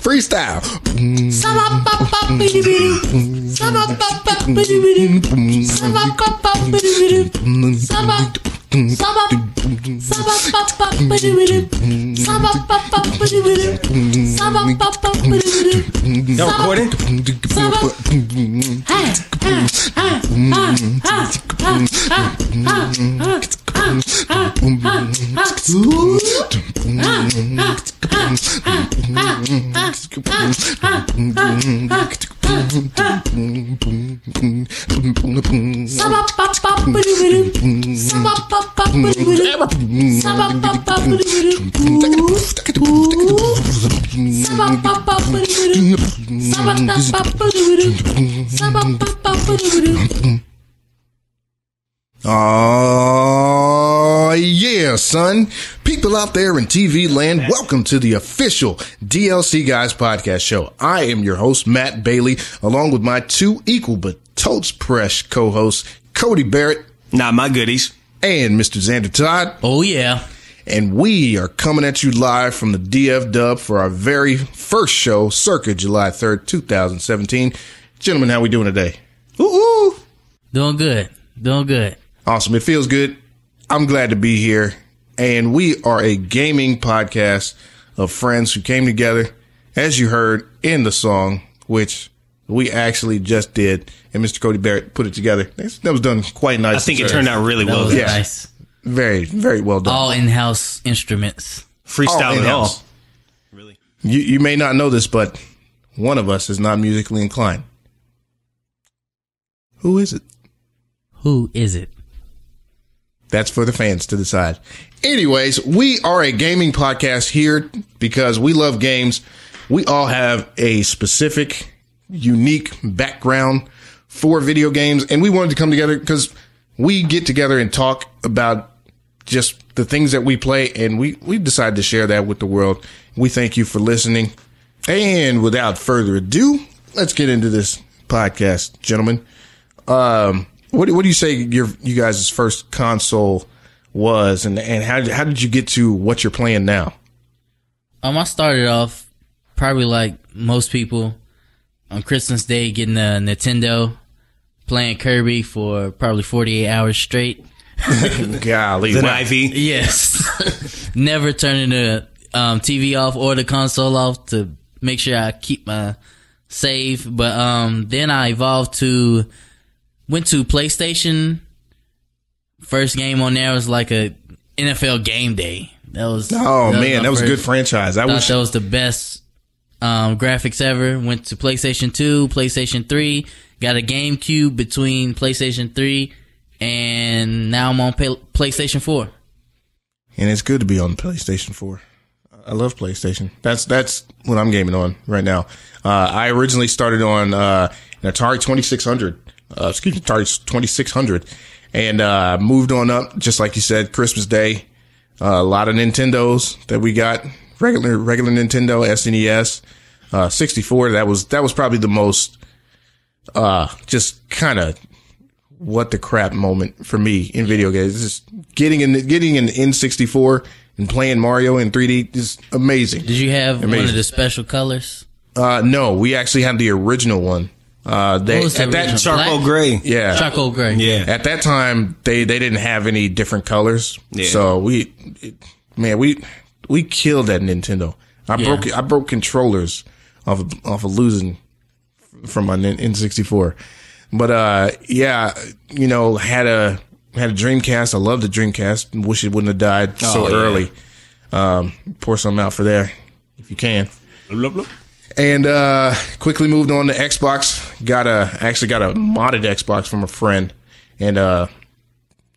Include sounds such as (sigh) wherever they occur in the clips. Freestyle. Y'all recording? Oh, yeah, son. People out there in TV land, welcome to the official DLC Guys podcast show. I am your host, Matt Bailey, along with my two equal but totes fresh co hosts, Cody Barrett Nah, my goodies. and Mr. Xander Todd. Oh yeah. And we are coming at you live from the DF Dub for our very first show, circa July 3rd, 2017. Gentlemen, how we doing today? Ooh, ooh. Doing good. Doing good. Awesome. It feels good. I'm glad to be here. And we are a gaming podcast of friends who came together, as you heard in the song, which we actually just did. And Mr. Cody Barrett put it together. That was done quite nice. I think Oh, it turned out really That well. was Yeah. nice. very, very well done. All in-house instruments. All Freestyle at all. in-house. Really? You, you may not know this, but one of us is not musically inclined. Who is it? Who is it? That's for the fans to decide. Anyways, we are a gaming podcast here because we love games. We all have a specific, unique background for video games, and we wanted to come together because we get together and talk about just the things that we play, and we, we decide to share that with the world. We thank you for listening. And without further ado, let's get into this podcast, gentlemen. Um, what what do you say your you guys' first console was, and and how how did you get to what you're playing now? Um, I started off probably like most people on Christmas Day getting a Nintendo, playing Kirby for probably 48 hours straight. Golly, Then wow. Ivy. Yes. (laughs) Never turning the um, TV off or the console off to make sure I keep my save. But um, then I evolved to went to PlayStation. First game on there was like a NFL Game Day. That was oh man, my that was a first- good franchise. I thought wish that was the best um, graphics ever. Went to PlayStation 2, PlayStation 3, got a GameCube between PlayStation 3 and now I'm on pay- PlayStation 4. and it's good to be on PlayStation 4. I love PlayStation. That's that's what I'm gaming on right now. Uh, I originally started on uh, an Atari 2600. Uh, excuse me, Atari 2600, and uh, moved on up just like you said. Christmas Day, uh, a lot of Nintendos that we got regular regular Nintendo, SNES, uh, 64. That was that was probably the most uh, just kind of what the crap moment for me in video games. It's Just getting in, getting an N64 and playing Mario in 3D is amazing. Did you have one Amazing. of the special colors? Uh, no, we actually had the original one. Uh, they, What was the at that, original? Charcoal Black? gray. yeah, Charcoal gray. Uh, Yeah. at that time they, they didn't have any different colors. Yeah. So we, it, man, we, we killed that Nintendo. I broke, I broke controllers off, of- off of losing from my Nin- N64. But uh yeah, you know, had a had a Dreamcast. I love the Dreamcast. Wish it wouldn't have died so Oh, yeah. early. Um pour some out for there if you can. Blah, blah, blah. And uh quickly moved on to Xbox. Got a actually got a modded Xbox from a friend and uh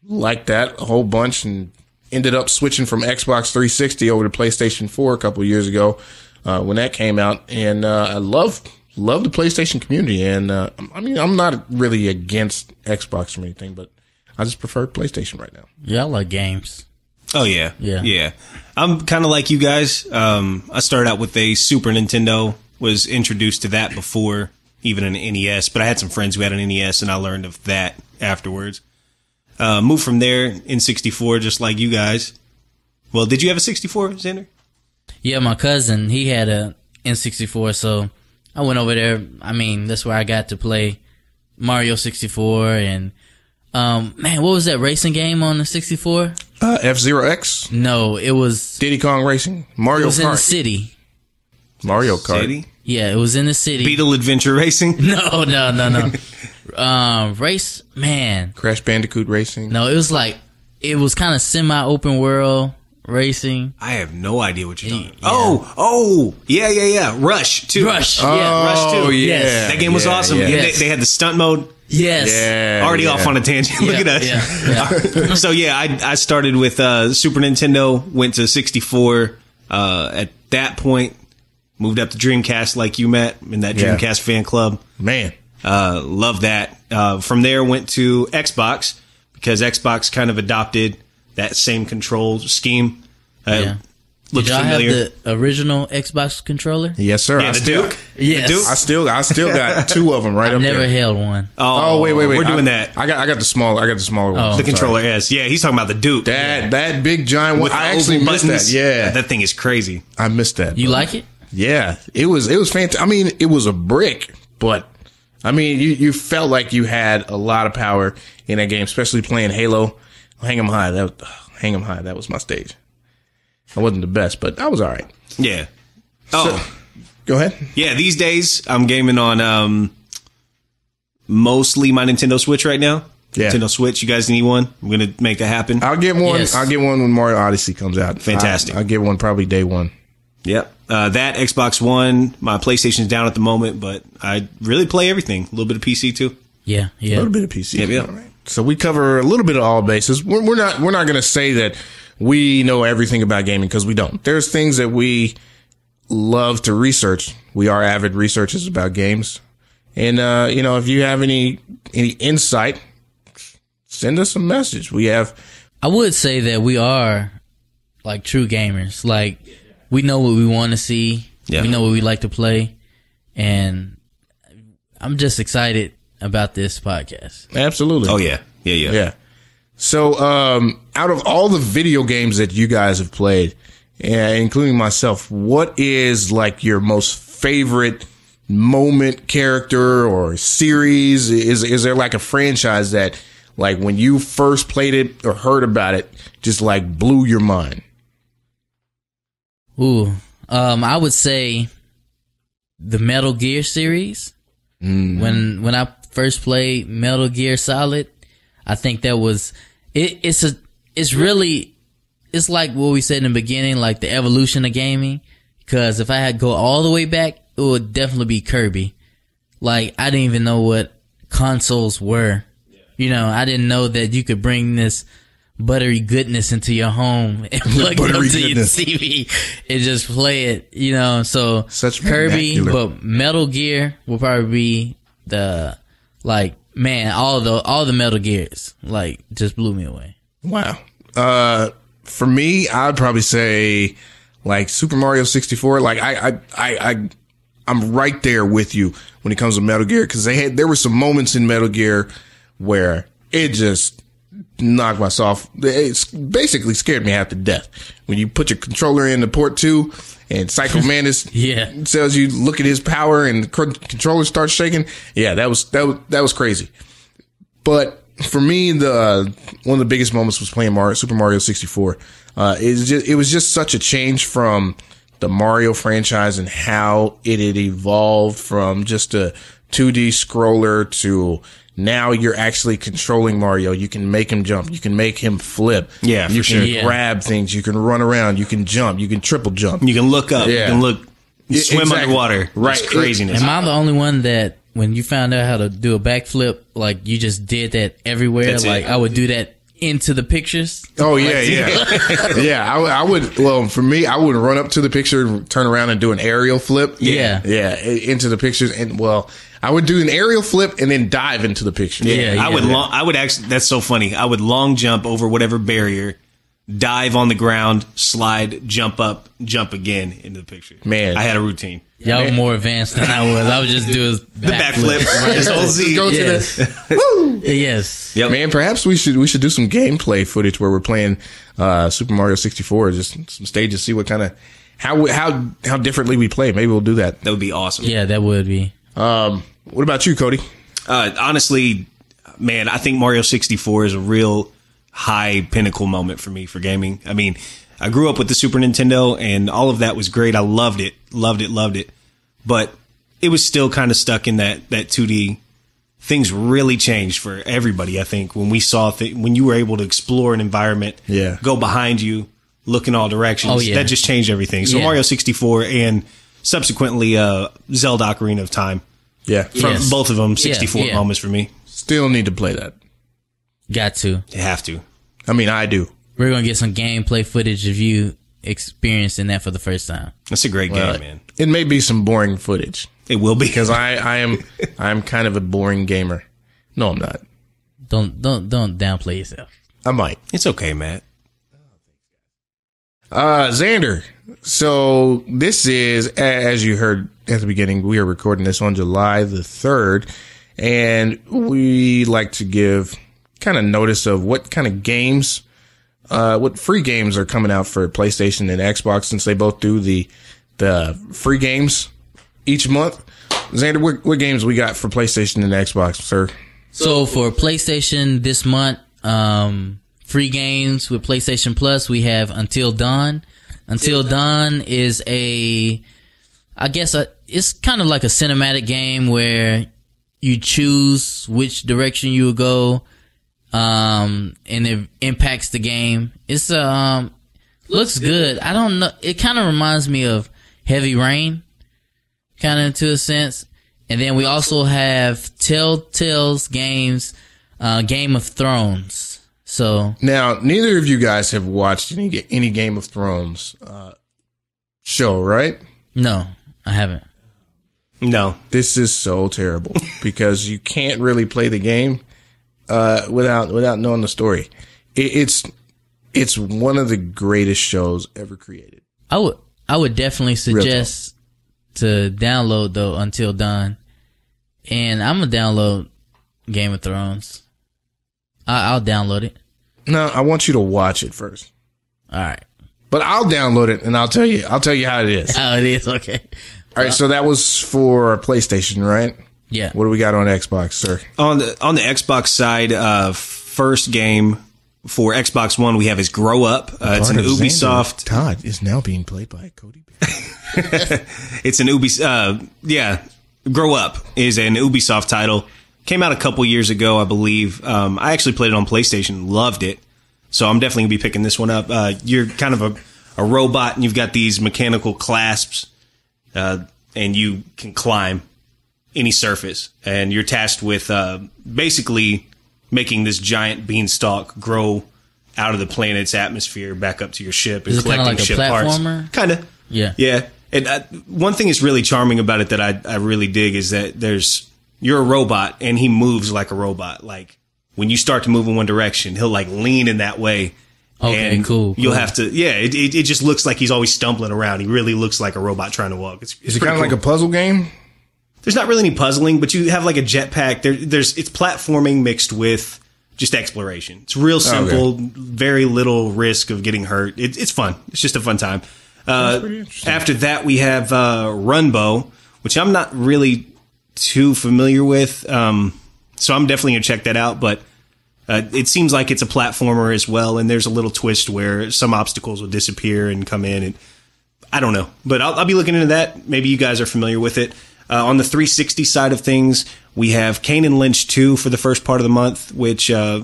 liked that a whole bunch and ended up switching from Xbox 360 over to PlayStation 4 a couple years ago uh, when that came out. And uh, I love love the PlayStation community. And uh, I mean, I'm not really against Xbox or anything, but I just prefer PlayStation right now. Yeah, I like games. Oh yeah, Yeah. yeah. I'm kind of like you guys. Um, I started out with a Super Nintendo. Was introduced to that before even an NES, but I had some friends who had an NES, and I learned of that afterwards. Uh, moved from there in '64, just like you guys. Well, did you have a '64, Xander? Yeah, my cousin, he had a N64, so I went over there. I mean, that's where I got to play Mario 64 and um man, what was that racing game on the 64? Uh, F Zero X, No, it was Diddy Kong Racing, it Mario was in the Kart, city. Mario Kart. City? Yeah, it was in the city. Beetle Adventure Racing. (laughs) No, no, (laughs) no, no. um race man. Crash Bandicoot Racing. No, it was like it was kind of semi open world racing. I have no idea what you're talking. Yeah. Oh, oh, yeah, yeah, yeah. Rush too. Rush. Oh, yeah, Rush. Rush 2. yeah. Yes. That game was yeah, awesome. yeah. And Yes. They, they had the stunt mode. Yes. Yeah, Already yeah. off on a tangent. (laughs) Look Yeah, at us. yeah, (laughs) so yeah, I I started with uh, Super Nintendo, went to 64. Uh, at that point, moved up to Dreamcast, like you met in that Yeah. Dreamcast fan club. Man. Uh, love that. Uh, from there, went to Xbox because Xbox kind of adopted that same control scheme. Uh, Yeah. Did Looks y'all familiar. have the original Xbox controller? Yes, sir. I, yeah, the still, Duke. Yes. The Duke. I still I still (laughs) got two of them right up Never there. held one. Uh-huh. Oh wait, wait, wait. We're I- doing that. I got I got the smaller I got the smaller one. Oh. the I'm sorry. controller S. Yeah, he's talking about the Duke. That that big giant one. With the I actually oval missed that. buttons. Yeah. that thing is crazy. I missed that. You like it? Yeah, it was it was fantastic. I mean, it was a brick, but I mean, you you felt like you had a lot of power in that game, especially playing Halo. Hang 'em high. That was, ugh, hang 'em high. That was my stage. I wasn't the best, but I was all right. Yeah. Oh, Go ahead. yeah. These days, I'm gaming on um mostly my Nintendo Switch right now. Yeah. Nintendo Switch. You guys need one? I'm gonna make that happen. I'll get one. Yes. I'll get one when Mario Odyssey comes out. Fantastic. I, will get one probably day one. yep. Uh, that Xbox One. My PlayStation's down at the moment, but I really play everything. A little bit of PC too. Yeah, yeah. A little bit of PC. Yep, yep. All right. So we cover a little bit of all bases. We're, we're not we're not going to say that we know everything about gaming because we don't. There's things that we love to research. We are avid researchers about games, and uh, you know if you have any any insight, send us a message. We have I would say that we are like true gamers. Like we know what we want to see. Yeah. We know what we like to play, and I'm just excited about this podcast. absolutely. Oh yeah. Yeah. Yeah. Yeah. So, um, out of all the video games that you guys have played, eh, including myself, what is like your most favorite moment, character, or series? Is is there like a franchise that, like, when you first played it or heard about it, just like blew your mind? Ooh, um, I would say the Metal Gear series. Mm-hmm. When when I first played Metal Gear Solid, I think that was it. It's a it's really it's like what we said in the beginning, like the evolution of gaming. Because if I had go all the way back, it would definitely be Kirby. Like I didn't even know what consoles were. You know, I didn't know that you could bring this buttery goodness into your home and plug it up (laughs) Buttery to your goodness. TV and just play it. You know, so Such Kirby, vernacular. but Metal Gear will probably be the like man. All the all the Metal Gears like just blew me away. Wow. Uh, for me, I'd probably say like Super Mario 64. Like I, I, I, I I'm right there with you when it comes to Metal Gear because they had, there were some moments in Metal Gear where it just knocked my off. It's basically scared me half to death. When you put your controller in the port two and Psycho Mantis Yeah. tells you look at his power and the cr- controller starts shaking. Yeah, that was, that was, that was crazy. But for me, the uh, one of the biggest moments was playing Mario, Super Mario 64. Uh, it, was just, it was just such a change from the Mario franchise and how it had evolved from just a 2D scroller to now you're actually controlling Mario. You can make him jump. You can make him flip. Yeah, for you sure. can Yeah. grab things. You can run around. You can jump. You can triple jump. You can look up. Yeah. You can look. Yeah, swim exactly. underwater. Right. It's craziness. Am I the only one that when you found out how to do a backflip, like you just did that everywhere? That's it. like I would do that into the pictures. Oh yeah, (laughs) yeah, yeah. I, would- I would. Well, for me, I would run up to the picture, turn around, and do an aerial flip. Yeah. yeah, i- into the pictures, and well, I would do an aerial flip and then dive into the picture. Yeah. I would long. I would actually. That's so funny. I would long jump over whatever barrier, dive on the ground, slide, jump up, jump again into the picture. Man. I had a routine. Y'all were more advanced than I was. I was just doing (laughs) The backflip, (laughs) this whole Z. Go to the Yes. (laughs) yes. Yep. Man, perhaps we should we should do some gameplay footage where we're playing uh, Super Mario 64, just some stages, see what kind of how we- how how differently we play. Maybe we'll do that. That would be awesome. Yeah, that would be. Um, what about you, Cody? Uh, honestly, man, I think Mario 64 is a real high pinnacle moment for me for gaming. I mean, I grew up with the Super Nintendo and all of that was great. I loved it, loved it, loved it. But it was still kind of stuck in that, that 2D. Things really changed for everybody, I think, when we saw, th- when you were able to explore an environment, Yeah. go behind you, look in all directions. Oh, yeah. That just changed everything. So Yeah. Mario 64 and subsequently, uh, Zelda Ocarina of Time. Yeah, From Yes. both of them, 64 yeah. moments for me. still need to play that. Got to. They have to. I mean, I do. We're gonna get some gameplay footage of you experiencing that for the first time. That's a great game, man. Uh, It may be some boring footage It will be. because I I am I'm kind of a boring gamer. No, I'm not. Don't don't don't downplay yourself. I might. It's okay, Matt. Uh, Xander. So this is, a- as you heard at the beginning, we are recording this on July the 3rd, and we like to give kind of notice of what kind of games, uh, what free games are coming out for PlayStation and Xbox since they both do the, the free games each month. Xander, what, what games we got for PlayStation and Xbox, sir? So for PlayStation this month, um, free games with PlayStation Plus, we have Until Dawn. Until Dawn is a, I guess a, it's kind of like a cinematic game where you choose which direction you will go, um, and it impacts the game. It's a, um, looks good. I don't know. It kind of reminds me of Heavy Rain, kind of to a sense. And then we also have Telltale's games, uh, Game of Thrones. So Now, neither of you guys have watched any, any Game of Thrones, uh, show, right? no, I haven't. No. this is so (laughs) terrible because you can't really play the game uh, without without knowing the story. It, it's it's one of the greatest shows ever created. I would I would definitely suggest to download though Until Dawn, and I'm gonna download Game of Thrones. I, I'll download it. No, I want you to watch it first, All right. but I'll download it and I'll tell you. I'll tell you how it (laughs) is. (laughs) Oh, it is okay. All right, so that was for PlayStation, right? Yeah. What do we got on Xbox, sir? On the on the Xbox side, uh first game for Xbox One we have is Grow Up. Uh, it's an Ubisoft. Todd is now being played by Cody. It's an Ubisoft uh yeah. Grow Up is an Ubisoft title. Came out a couple years ago, I believe. Um I actually played it on PlayStation, loved it. So I'm definitely gonna be picking this one up. Uh you're kind of a, a robot and you've got these mechanical clasps uh, and you can climb any surface. And you're tasked with uh, basically making this giant beanstalk grow out of the planet's atmosphere back up to your ship and Is it kinda collecting like a ship platformer? parts. Kind of. Yeah. Yeah. And I, one thing that's really charming about it that I, I really dig is that there's you're a robot and he moves like a robot. Like when you start to move in one direction, he'll like lean in that way. Okay, and cool, You'll cool. have to, yeah. It, it, it just looks like he's always stumbling around. He really looks like a robot trying to walk. It's, Is it kind of like a puzzle game? there's not really any puzzling, but you have like a jetpack. There, there's it's platforming mixed with just exploration. It's real simple, very little risk of getting hurt. It, it's fun. It's just a fun time. Uh, after that, we have uh, Runbo, which I'm not really too familiar with, um, so I'm definitely gonna check that out. But uh, it seems like it's a platformer as well, and there's a little twist where some obstacles will disappear and come in, and I don't know, but I'll, I'll be looking into that. Maybe you guys are familiar with it. Uh, on the 360 side of things, we have Kane and Lynch 2 for the first part of the month, which uh,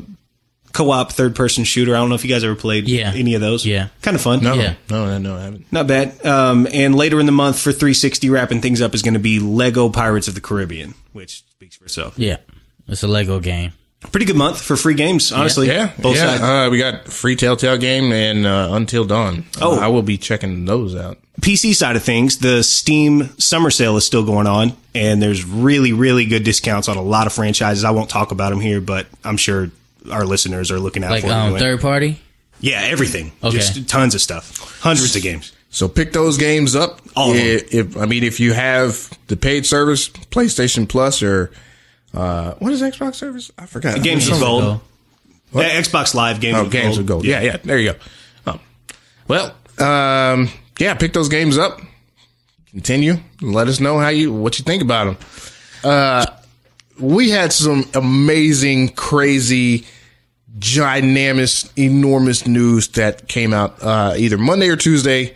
co-op third-person shooter. I don't know if you guys ever played Yeah. any of those. Yeah. kind of fun. No, Yeah. Oh, no, no, I haven't. Not bad. Um, and later in the month for 360, wrapping things up is going to be Lego Pirates of the Caribbean, which speaks for itself. Yeah. It's a Lego game. Pretty good month for free games, honestly. Yeah, both yeah. sides. Uh, we got Free Telltale Game and uh, Until Dawn. Oh. Uh, I will be checking those out. PC side of things, the Steam summer sale is still going on, and there's really, really good discounts on a lot of franchises. I won't talk about them here, but I'm sure our listeners are looking out Like for them. um, anyway. third party. Yeah, everything. Okay. Just tons of stuff. Hundreds of games. So pick those games up. All of them. I- If I mean, if you have the paid service, PlayStation Plus or uh, what is Xbox service? I forgot. Games with Something. gold. Uh, Xbox Live games Oh, with games gold. with gold. Yeah, yeah. There you go. Oh. Well, um, yeah. Pick those games up. Continue. and Let us know how you what you think about them. Uh, we had some amazing, crazy, ginormous, enormous news that came out uh, either Monday or Tuesday.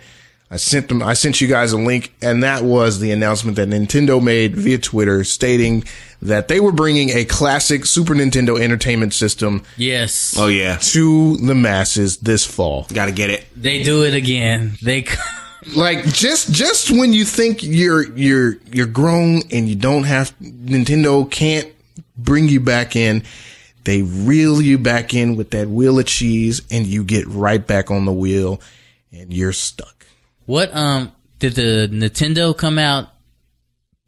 I sent them. I sent you guys a link, and that was the announcement that Nintendo made via Twitter, stating that they were bringing a classic Super Nintendo Entertainment System Yes. Oh yeah. to the masses this fall. Gotta get it. They do it again. They c- (laughs) Like just just when you think you're you're you're grown and you don't have Nintendo can't bring you back in, they reel you back in with that wheel of cheese and you get right back on the wheel and you're stuck. What um did the Nintendo come out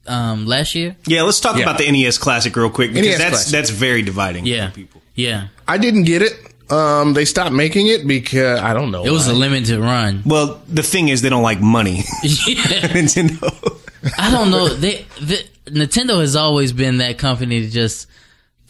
um last year? Yeah, let's talk Yeah. about the NES Classic real quick because NES that's Classic. that's very dividing. Yeah. for people. Yeah. I didn't get it. Um they stopped making it because I don't know. It was a (laughs) limited run. Well, the thing is, they don't like money. (laughs) Nintendo. I don't know. They, the Nintendo has always been that company to just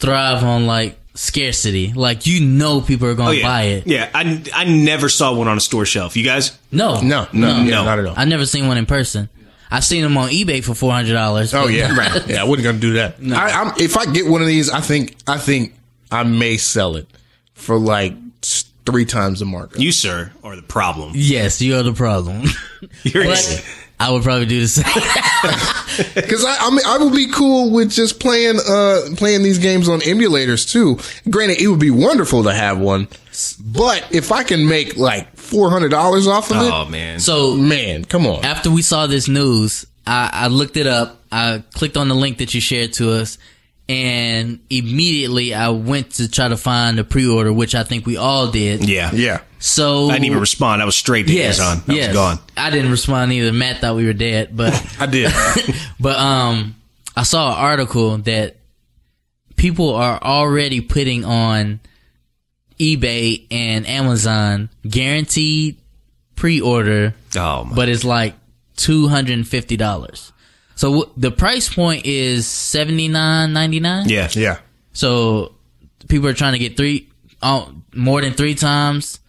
thrive on like scarcity. Like you know people are going to Oh, yeah. buy it. Yeah, I, I never saw one on a store shelf. You guys? No. no, no, yeah, No. not at all. I never seen one in person. I seen them on eBay for four hundred dollars. Oh (laughs) yeah, right. Yeah, I wasn't gonna do that. I, I'm, if I get one of these, I think I think I may sell it for like s- three times the markup. You, sir, are the problem. Yes, you're the problem. You're but I would probably do the same. Because I I, mean, I would be cool with just playing uh playing these games on emulators too. Granted, it would be wonderful to have one, but if I can make like four hundred dollars off of oh, man. it, So man, come on. after we saw this news, I, I looked it up. I clicked on the link that you shared to us, and immediately I went to try to find a pre-order, which I think we all did. yeah. Yeah, So I didn't even respond. I was straight to Yes, Amazon. I yes. was gone. I didn't respond either. Matt thought we were dead, but (laughs) I did. but um, I saw an article that people are already putting on eBay and Amazon guaranteed pre-order, Oh, my. but it's like two hundred and fifty dollars. So w- the price point is seventy nine ninety nine. yeah. yeah, So people are trying to get three, uh, more than three times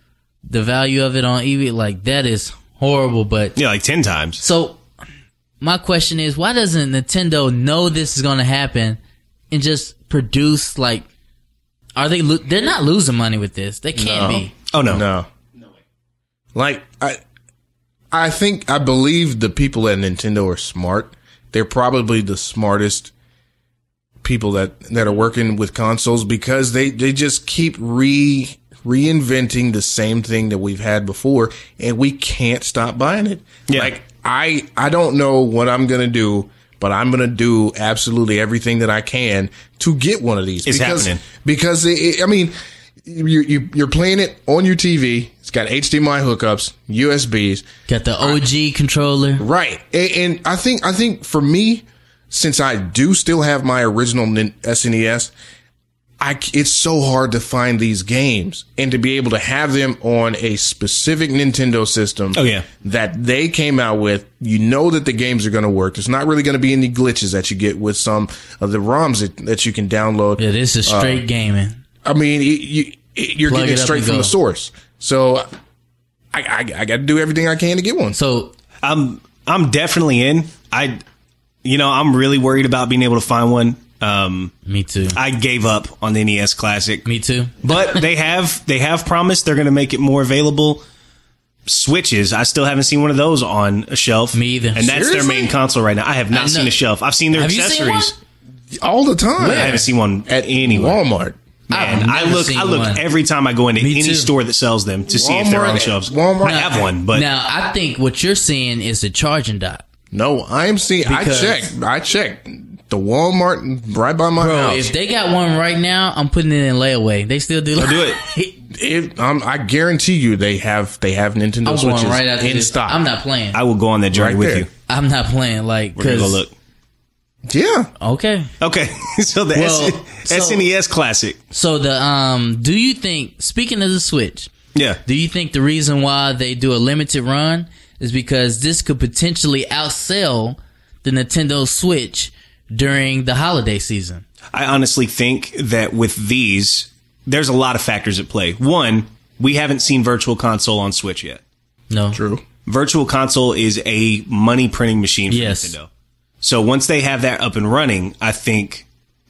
the value of it on eBay. Like that is horrible, but Yeah, like 10 times. so my question is, why doesn't Nintendo know this is going to happen and just produce like? Are they? Lo- they're not losing money with this. They can't be. Oh, no. no, like I. I think I believe the people at Nintendo are smart. They're probably the smartest people that that are working with consoles because they they just keep re reinventing the same thing that we've had before and we can't stop buying it. Yeah. Like I I don't know what I'm going to do, but I'm going to do absolutely everything that I can to get one of these It's because happening. because it, it- I mean you, you you're playing it on your TV. It's got HDMI hookups, USBs. Got the OG controller. Right. And, and I think I think for me, since I do still have my original Nin- SNES, I c- it's so hard to find these games and to be able to have them on a specific Nintendo system. Oh, yeah. that they came out with. You know that the games are going to work. There's not really going to be any glitches that you get with some of the ROMs that, that you can download. Yeah, this Uh, is straight gaming. I mean, it, you, it, you're Plug getting it it up straight and from go. the source. So I, I, I got to do everything I can to get one. So I'm I'm definitely in. I, you know, I'm really worried about being able to find one. Um, me too. I gave up on the NES Classic, me too. but they have they have promised they're going to make it more available. Switches, I still haven't seen one of those on a shelf. Me either. And that's their Seriously? main console right now. I have not I know. seen a shelf. I've seen their Have you seen accessories. All the time. I haven't seen one at at anywhere. Walmart. And I I've never look, seen I look one. every time I go into any too. store that sells them to see if they're on the Walmart- shelves. Walmart- I have one, but now I think what you're seeing is the charging dock. No, I'm seeing. I Because- checked. I checked the Walmart right by my Bro, Oh. house. if they got one right now, I'm putting it in layaway. They still do. do (laughs) it. It- um, I guarantee you, they have they have Nintendo I'm Switches going right after in this. stock. I'm not playing. I will go on that journey Right with there. you. I'm not playing. Like, We're gonna go cause- look. Yeah, Okay. Okay, (laughs) so the Well, S- so- SNES Classic. So the um, do you think? Speaking of the Switch, Yeah. Do you think the reason why they do a limited run is because this could potentially outsell the Nintendo Switch during the holiday season? I honestly think that with these, there's a lot of factors at play. One, we haven't seen Virtual Console on Switch yet. No. True. Virtual Console is a money printing machine for Yes. Nintendo. So once they have that up and running, I think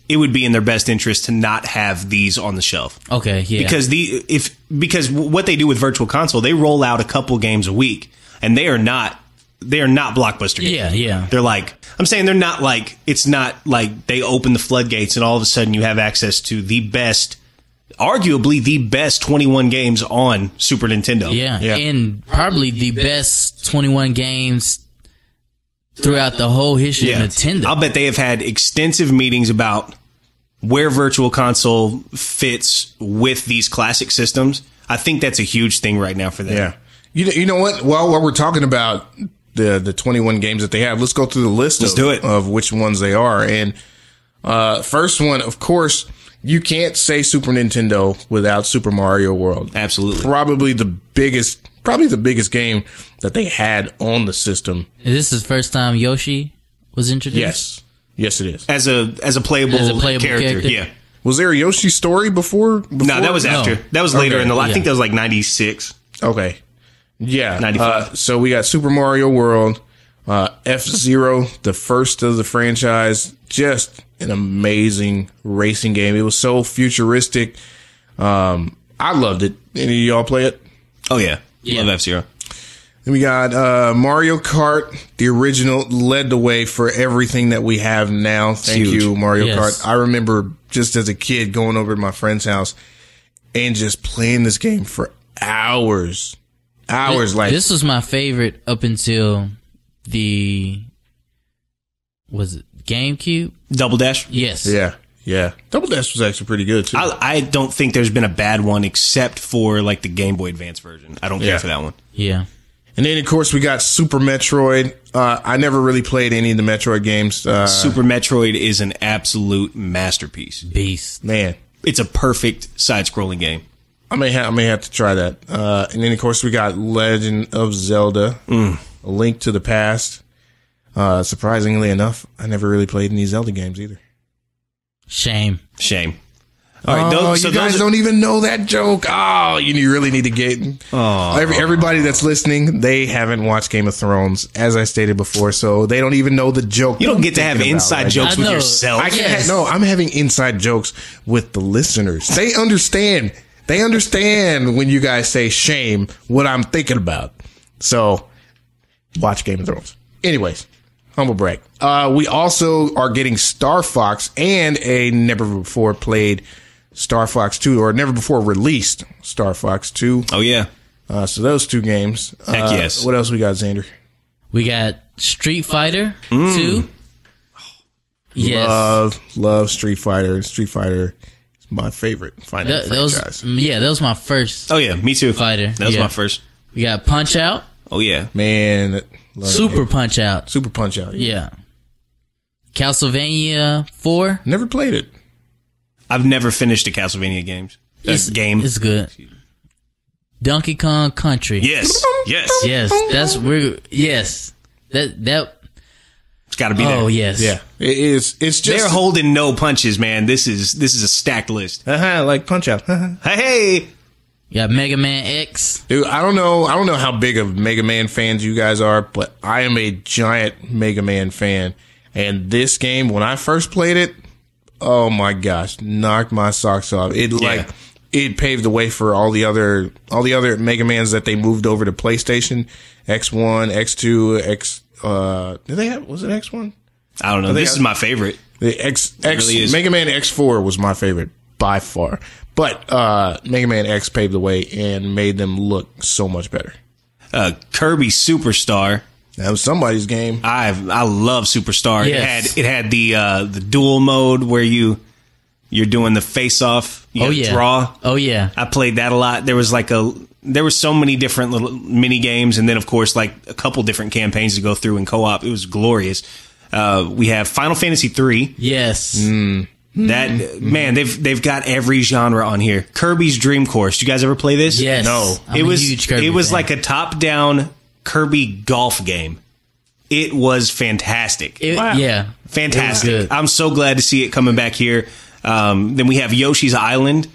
it would be in their best interest to not have these on the shelf. Okay, yeah. because the if because w- what they do with virtual console they roll out a couple games a week and they are not they are not blockbuster games. Yeah, yeah. They're like I'm saying they're not like it's not like they open the floodgates and all of a sudden you have access to the best arguably the best 21 games on Super Nintendo. yeah. And probably the best 21 games throughout the whole history Yeah. of Nintendo. I'll bet they have had extensive meetings about where Virtual Console fits with these classic systems. I think that's a huge thing right now for them. Yeah. You know, you know what? While while we're talking about the the 21 games that they have, let's go through the list Let's of, do it. of which ones they are. And uh first one, of course, you can't say Super Nintendo without Super Mario World. Absolutely. Probably the biggest probably the biggest game that they had on the system. This is the first time Yoshi was introduced. Yes. Yes it is. as a as a playable, As a playable character. character. Yeah. Was there a Yoshi story before? before? No, that was No. after. That was later Okay. in the. I Yeah. think that was like ninety six. Okay. Yeah. 95. Uh, so we got Super Mario World, uh, F Zero, the first of the franchise. Just an amazing racing game. It was so futuristic. Um, I loved it. Any of y'all play it? Oh yeah. love Yeah. F Zero. Then we got uh, Mario Kart, the original, led the way for everything that we have now. Thank huge. you, Mario Yes. Kart. I remember just as a kid going over to my friend's house and just playing this game for hours. Hours like this was my favorite up until the was it GameCube? Double Dash. Yes. Yeah, yeah. Double Dash was actually pretty good too. I, I don't think there's been a bad one except for like the Game Boy Advance version. I don't care Yeah. for that one. Yeah. and then of course we got Super Metroid. Uh, I never really played any of the Metroid games. Uh, Super Metroid is an absolute masterpiece. Beast. man, It's a perfect side scrolling game. I may ha- I may have to try that. Uh, and then of course we got Legend of Zelda, Mm. A Link to the Past. Uh, surprisingly enough, I never really played any Zelda games either. Shame. Shame. All right, oh, those, so you guys those, don't even know that joke. Oh, you you really need to get. Every, everybody that's listening, they haven't watched Game of Thrones, as I stated before, so they don't even know the joke. you I'm don't get to have thinking about inside right jokes I with know. yourself. I can't. Yes. No, I'm having inside jokes with the listeners. They understand. They understand when you guys say shame what I'm thinking about. So watch Game of Thrones. Anyways, humble brag. Uh, we also are getting Star Fox and a never before played Star Fox 2 or never before released Star Fox 2. oh yeah. Uh, so those two games. Heck Uh, yes. What else we got, Xander? We got Street Fighter Mm. 2. Yes. Love, love Street Fighter. Street Fighter is my favorite fighting That, that franchise. was yeah, that was my first. Oh yeah. Me too. Fighter, That was yeah. my first. We got Punch Out, Oh yeah. Man, love it. Super Punch Out. Super Punch Out. Yeah. Castlevania 4. Never played it. I've never finished the Castlevania games. That's It's- game. It's good. Donkey Kong Country. Yes. Yes. Yes, that's we're yes. That that It's got to be there. oh yes. It is it's just They're holding no punches, man. This is this is a stacked list. uh-huh, like Punch Out. Uh-huh. Hey, hey. You got Mega Man X. Dude, I don't know. I don't know how big of Mega Man fans you guys are, but I am a giant Mega Man fan. And this game, when I first played it, oh my gosh, knocked my socks off. It like it paved the way for all the other all the other Mega Mans that they moved over to PlayStation, X one, X two, X uh did they have was it X one? I don't know. This is my favorite. The X X really is. Mega Man X four was my favorite by far, but uh, Mega Man X paved the way and made them look so much better. Uh, Kirby Superstar. That was somebody's game. I I love Superstar. Yes. It had it had the uh, the dual mode where you you're doing the face off. You Oh gotta yeah. Draw. Oh yeah. I played that a lot. There was like a there were so many different little mini games, and then of course like a couple different campaigns to go through in co op. It was glorious. Uh, we have Final Fantasy three. Yes. That man, they've they've got every genre on here. Kirby's Dream Course. You guys ever play this? Yes. No. I'm it a was huge Kirby it was fan. like a top down Kirby golf game. It was fantastic. It- Wow. Yeah. fantastic. It was good. I'm so glad to see it coming back here. Um, then we have Yoshi's Island,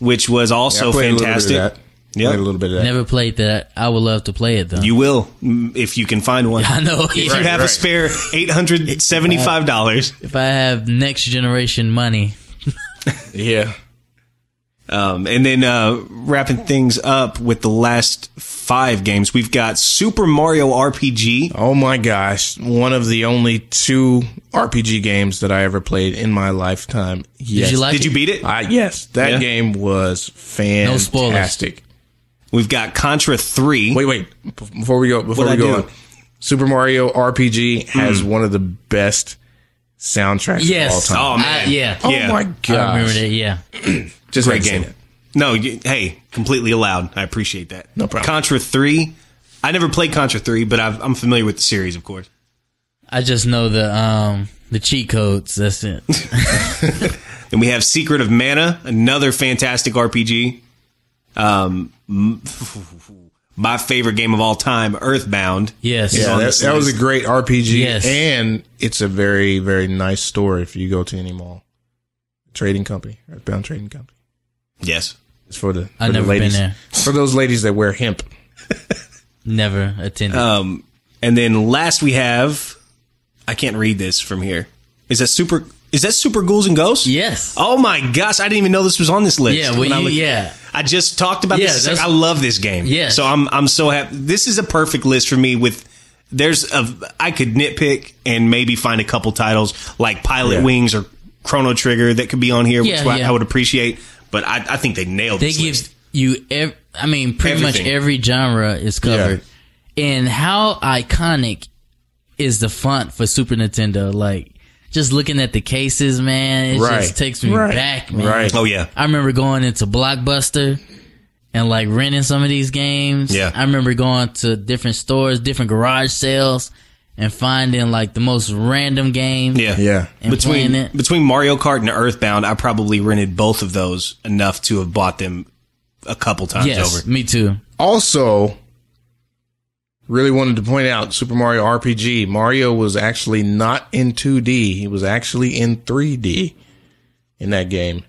which was also fantastic. Yeah, Yeah. played a little bit of that. Never played that. I would love to play it though. You will mm, if you can find one. (laughs) I know. If, If you have a right. spare eight hundred seventy-five dollars, if I have next generation money, Yeah, Um, and then uh, wrapping things up with the last five games, we've got Super Mario RPG. Oh my gosh, one of the only two RPG games that I ever played in my lifetime. Yes. you like Did you beat it? I, yes, that Yeah. game was spoilers. fantastic. We've got Contra Three. wait, wait, b- before we go, before What'd we I go do? on, Super Mario RPG has one of the best soundtracks Hmm. yes. of all time. Oh, man. I- yeah. Oh yeah. my I remember gosh, that. Yeah. just great haven't seen game. it. No, you, hey, completely allowed. I appreciate that. No problem. Contra Three. I never played Contra Three, but I've, I'm familiar with the series, of course. I just know the um the cheat codes. That's it. And we have Secret of Mana, another fantastic RPG. Um, m- (laughs) my favorite game of all time, Earthbound. Yes. is Yeah, on that, this that was list. a great RPG, Yes. and it's a very, very nice store if you go to any mall. Trading company, Earthbound Trading Company. yes. It's for the, for I've the never been ladies. there. It's for those ladies that wear hemp. Never attended. Um, and then last we have, I can't read this from here. Is that super? Is that super ghouls and ghosts? yes. Oh my gosh! I didn't even know this was on this list. Yeah, well, When I you- looked- yeah. I just talked about Yeah, this. a sec- I that's- love this game. Yes. So I'm I'm so happy. This is a perfect list for me. With there's a I could nitpick and maybe find a couple titles like Pilot Yeah. Wings or Chrono Trigger that could be on here, Yeah, which I- yeah. I would appreciate. But I, I think they nailed. they this give list. you ev- I mean pretty much Everything. every genre is covered. And how iconic is the font for Super Nintendo? Like just looking at the cases, man, it Right. just takes me Right. back, man. Right. Oh yeah. I remember going into Blockbuster and like renting some of these games. Yeah. I remember going to different stores, different garage sales and finding like the most random game. Yeah. Oh, Yeah. And between playing it. between Mario Kart and Earthbound, I probably rented both of those enough to have bought them a couple times Yes, over. me too. Also, really wanted to point out Super Mario RPG. Mario was actually not in 2D. He was actually in 3D in that game,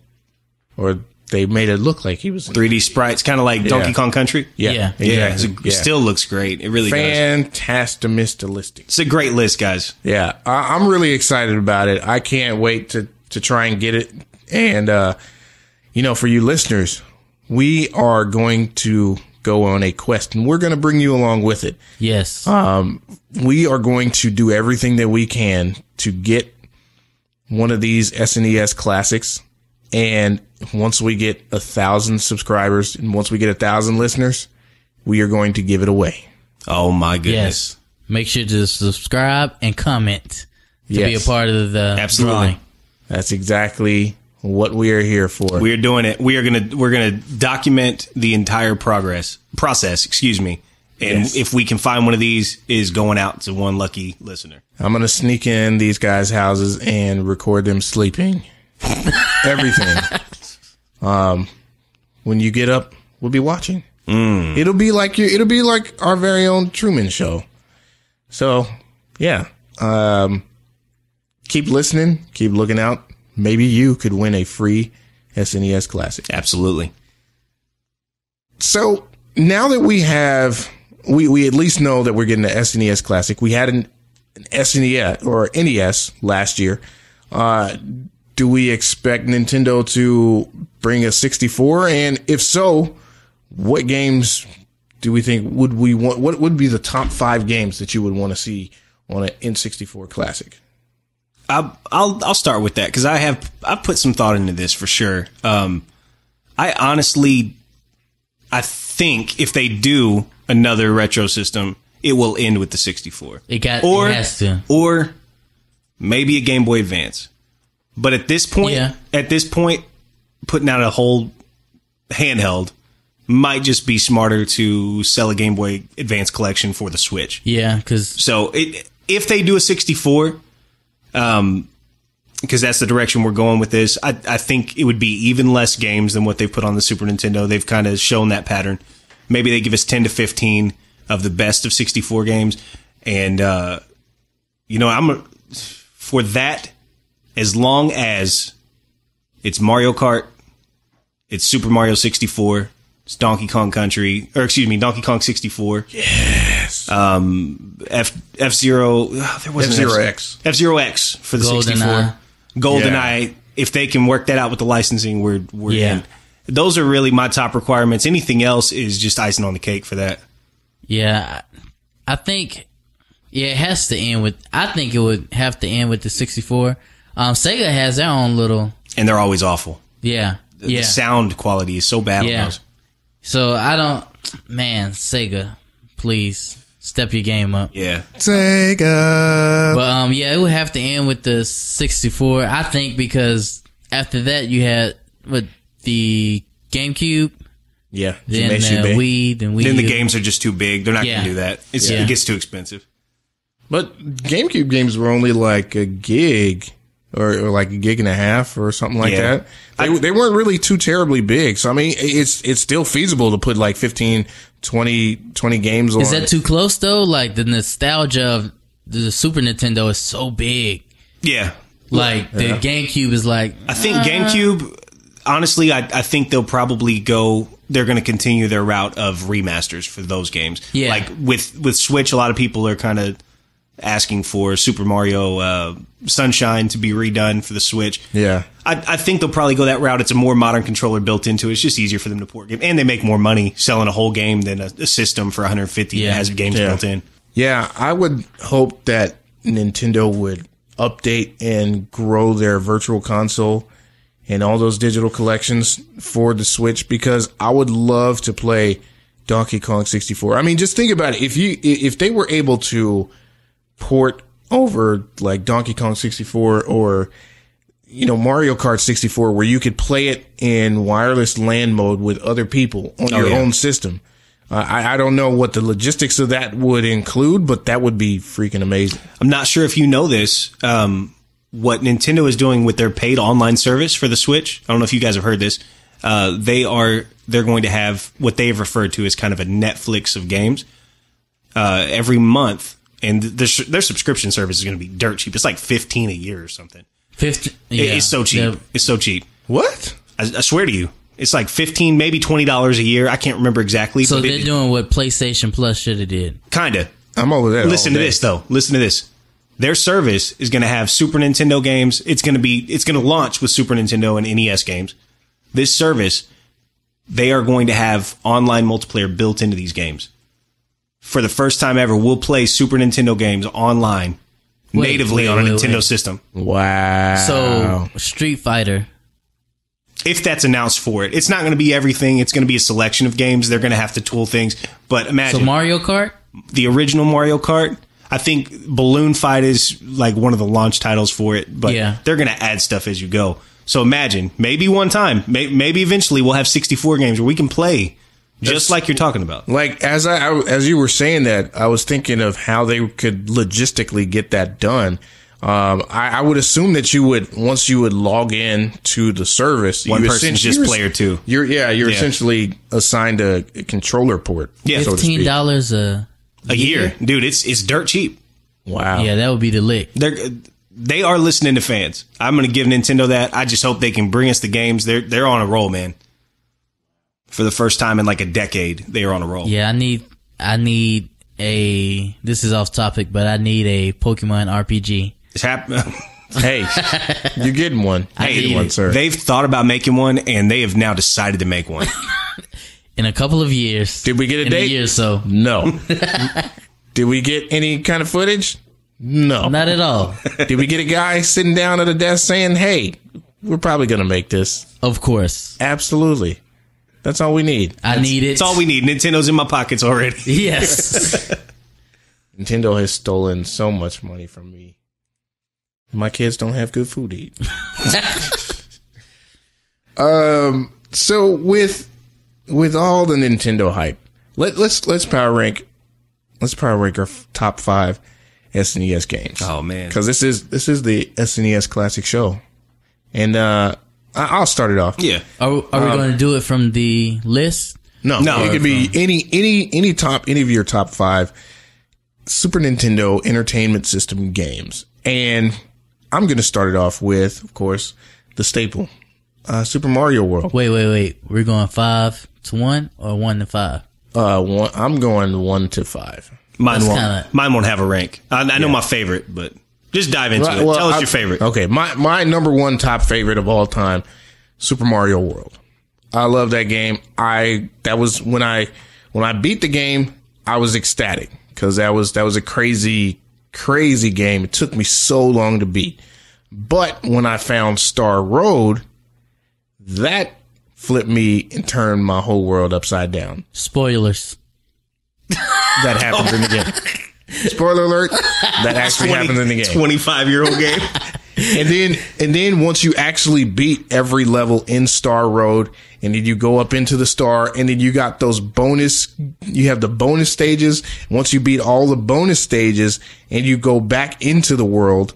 or they made it look like he was. In 3D sprites, kind of like Donkey Kong Country. yeah. Yeah. Exactly. Yeah, it's a- it still looks great. It really does. fantastic. It's a great list, guys. Yeah, I, I'm really excited about it. I can't wait to to try and get it. And uh, you know, for you listeners, we are going to go on a quest, and we're going to bring you along with it. Yes. we are going to do everything that we can to get one of these SNES classics. And once we get a thousand subscribers and once we get a thousand listeners, we are going to give it away. Oh my goodness. Yes. Make sure to subscribe and comment to be a Yes. part of the Absolutely. drawing. That's exactly what we are here for. We're doing it. We are gonna we're gonna document the entire progress process, excuse me. And Yes. if we can find one of these, is going out to one lucky listener. I'm going to sneak in these guys' houses and record them sleeping. (laughs) Everything. Um, when you get up, we'll be watching. It'll be like your, it'll be like our very own Truman Show. So, yeah. Um, keep listening. Keep looking out. Maybe you could win a free SNES Classic. Absolutely. So now that we have, we, we at least know that we're getting an SNES E Classic. We had an, an SNES or NES last year. Uh, do we expect Nintendo to bring a 64? And if so, what games do we think would we want? What would be the top five games that you would want to see on an N64 Classic? I, I'll I'll start with that because I have I put some thought into this for sure. Um, I honestly, I think if they do another retro system, it will end with the 64 It got or it has to. or maybe a Game Boy Advance. But at this point, Yeah. at this point, putting out a whole handheld might just be smarter to sell a Game Boy Advance collection for the Switch. Yeah, because So it, if they do a 64, um, because that's the direction we're going with this. I, I think it would be even less games than what they've put on the Super Nintendo. They've kind of shown that pattern. Maybe they give us 10 to 15 of the best of 64 games. And, uh, you know, I'm for that, as long as it's Mario Kart, it's Super Mario 64, it's Donkey Kong Country, or excuse me, Donkey Kong 64. Yes. Um, F F Zero. oh, There was F-Zero X. F Zero X for the GoldenEye. 64. GoldenEye. If they can work that out with the licensing, we're we're Yeah. in. Those are really my top requirements. Anything else is just icing on the cake for that. Yeah, I I think yeah, it has to end with. I think it would have to end with the 64. Um, Sega has their own little And they're always awful. yeah The yeah. sound quality is so bad on Yeah. those. So I don't, man, Sega, please step your game up. Yeah. Sega. But um, yeah, it would have to end with the 64, I think, because after that you had what the GameCube, Yeah. then uh, Makes you the big. Wii, then Wii. Then the U. games are just too big. They're not Yeah. going to do that. It's, Yeah. It gets too expensive. But GameCube games were only like a gig or, or like a gig and a half or something like Yeah. that. They, they weren't really too terribly big. So, I mean, it's, it's still feasible to put like 15, 20, 20 games on. Is that too close though? Like the nostalgia of the Super Nintendo is so big. Yeah. Like the GameCube is like I think GameCube, honestly, I, I think they'll probably go, they're going to continue their route of remasters for those games. Yeah. Like with, with Switch, a lot of people are kind of asking for Super Mario uh, Sunshine to be redone for the Switch. yeah. I, I think they'll probably go that route. It's a more modern controller built into it. It's just easier for them to port game, and they make more money selling a whole game than a, a system for 150 Yeah. that has games Yeah. built in. Yeah, I would hope that Nintendo would update and grow their virtual console and all those digital collections for the Switch because I would love to play Donkey Kong 64. I mean, just think about it. If you i- if they were able to port over like Donkey Kong 64 or you know Mario Kart 64 where you could play it in wireless LAN mode with other people on your Oh, yeah. own system. Uh, I, I don't know what the logistics of that would include, but that would be freaking amazing. I'm not sure if you know this. Um, what Nintendo is doing with their paid online service for the Switch. I don't know if you guys have heard this. Uh, they are they're going to have what they have referred to as kind of a Netflix of games uh, every month, and their their subscription service is going to be dirt cheap. It's like 15 a year or something. 15. It- yeah. it's so cheap. The- It's so cheap. What? I, I swear to you, it's like fifteen, maybe twenty dollars a year. I can't remember exactly. So but they're it, doing what PlayStation Plus should have did. kinda. I'm over that. Listen to this though. Listen to this. Their service is going to have Super Nintendo games. It's going to be. It's going to launch with Super Nintendo and NES games. This service, they are going to have online multiplayer built into these games. For the first time ever, we'll play Super Nintendo games online Wait, natively wait, on a wait, Nintendo wait. system. Wow. So Street Fighter. if that's announced for it. It's not going to be everything. It's going to be a selection of games. They're going to have to tool things. But So imagine Mario Kart. the original Mario Kart. I think Balloon Fight is like one of the launch titles for it, but Yeah. they're going to add stuff as you go. So imagine, maybe one time, may- maybe eventually we'll have 64 games where we can play just like you're talking about. like as I, I as you were saying that, I was thinking of how they could logistically get that done. Um, I, I would assume that you would once you would log in to the service, One you essen- person's just you're- player two. You're yeah, you're Yeah. essentially assigned a controller port. Yeah. so to Fifteen speak. dollars uh, a. A year. Dude, it's it's dirt cheap. Wow. Yeah, that would be the lick. They're they are listening to fans. I'm going to give Nintendo that. I just hope they can bring us the games. They're they're on a roll, man. For the first time in like a decade, they are on a roll. Yeah, I need. I need a. This is off topic, but I need a Pokemon RPG. It's (laughs) happening. (laughs) Hey, you're getting one. I You're need getting one, it. sir. They've thought about making one, and they have now decided to make one. in a couple of years. Did we get a in date? A year or so. no. Did we get any kind of footage? No. Not at all. Did we get a guy sitting down at a desk saying, "Hey, we're probably gonna make this"? Of course, Absolutely. That's all we need. I need it. That's (laughs) all we need. Nintendo's in my pockets already. Yes. Nintendo has stolen so much money from me. My kids don't have good food to eat. (laughs) um. So with with all the Nintendo hype, let let's let's power rank. Let's power rank our f- top five, SNES games. Oh, man. Because this is this is the SNES classic show, and uh, I, I'll start it off. Yeah. (laughs) Are, are we going to do it from the list? No, No. it could be any any any top any of your top five Super Nintendo Entertainment System games, and I'm going to start it off with, of course, the staple, uh, Super Mario World. Wait, wait, wait. We're going five to one or one to five? Uh, one, I'm going one to five. Mine That's won't. kinda- Mine won't have a rank. I, I know my favorite, but just dive into Right, it. well, Tell us I- your favorite. Okay, my my number one top favorite of all time, Super Mario World. I love that game. I that was when I when I beat the game, I was ecstatic because that was that was a crazy crazy game. It took me so long to beat, but when I found Star Road, that flipped me and turned my whole world upside down. Spoilers. That happens in the game. (laughs) Spoiler alert! That actually happens in the game. 25 year (laughs) old game. and then and then once you actually beat every level in Star Road, and then you go up into the star, and then you got those bonus. You have the bonus stages. Once you beat all the bonus stages, and you go back into the world,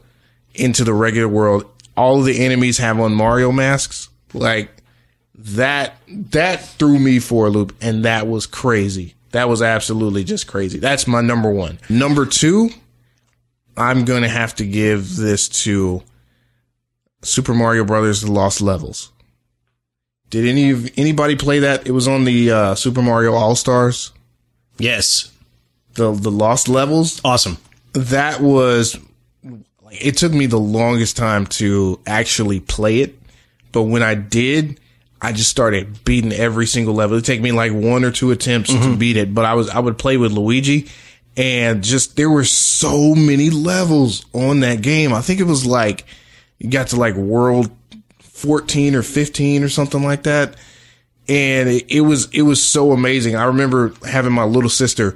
into the regular world, all of the enemies have on Mario masks. Like that that threw me for a loop, and that was crazy. That was absolutely just crazy. That's my number one. Number two, I'm gonna have to give this to Super Mario Brothers: The Lost Levels. Did any of anybody play that? It was on the uh, Super Mario All Stars. yes. The the Lost Levels. Awesome. That was like it took me the longest time to actually play it, but when I did, I just started beating every single level. It take me like one or two attempts Mm-hmm. to beat it, but I was I would play with Luigi, and just there were so many levels on that game. I think it was like you got to like world 14 or 15 or something like that and it, it was it was so amazing i remember having my little sister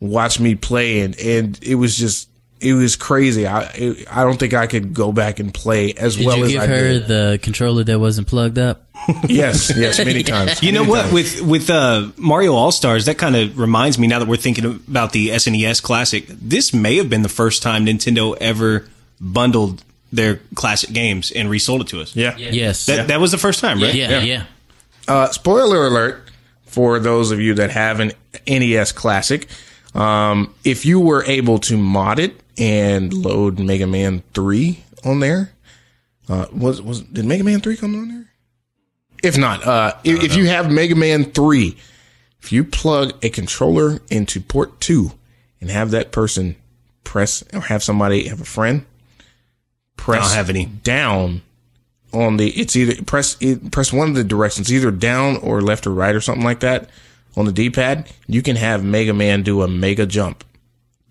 watch me play and and it was just it was crazy i it, i don't think i could go back and play as Did well you as give i her did the controller that wasn't plugged up? yes yes many times You know Many what? times. With with uh, Mario All Stars, that kind of reminds me now that we're thinking about the SNES Classic. This may have been the first time Nintendo ever bundled their classic games and resold it to us. yeah Yes. That, that was the first time, right? yeah, yeah, yeah. Uh, spoiler alert for those of you that have an NES Classic. Um, if you were able to mod it and load Mega Man Three on there, uh, was was did Mega Man Three come on there? If not, uh, if, if you have Mega Man Three, if you plug a controller into port two and have that person press or have somebody have a friend press have any. down on the it's either press it, press one of the directions either down or left or right or something like that on the d-pad you can have mega man do a mega jump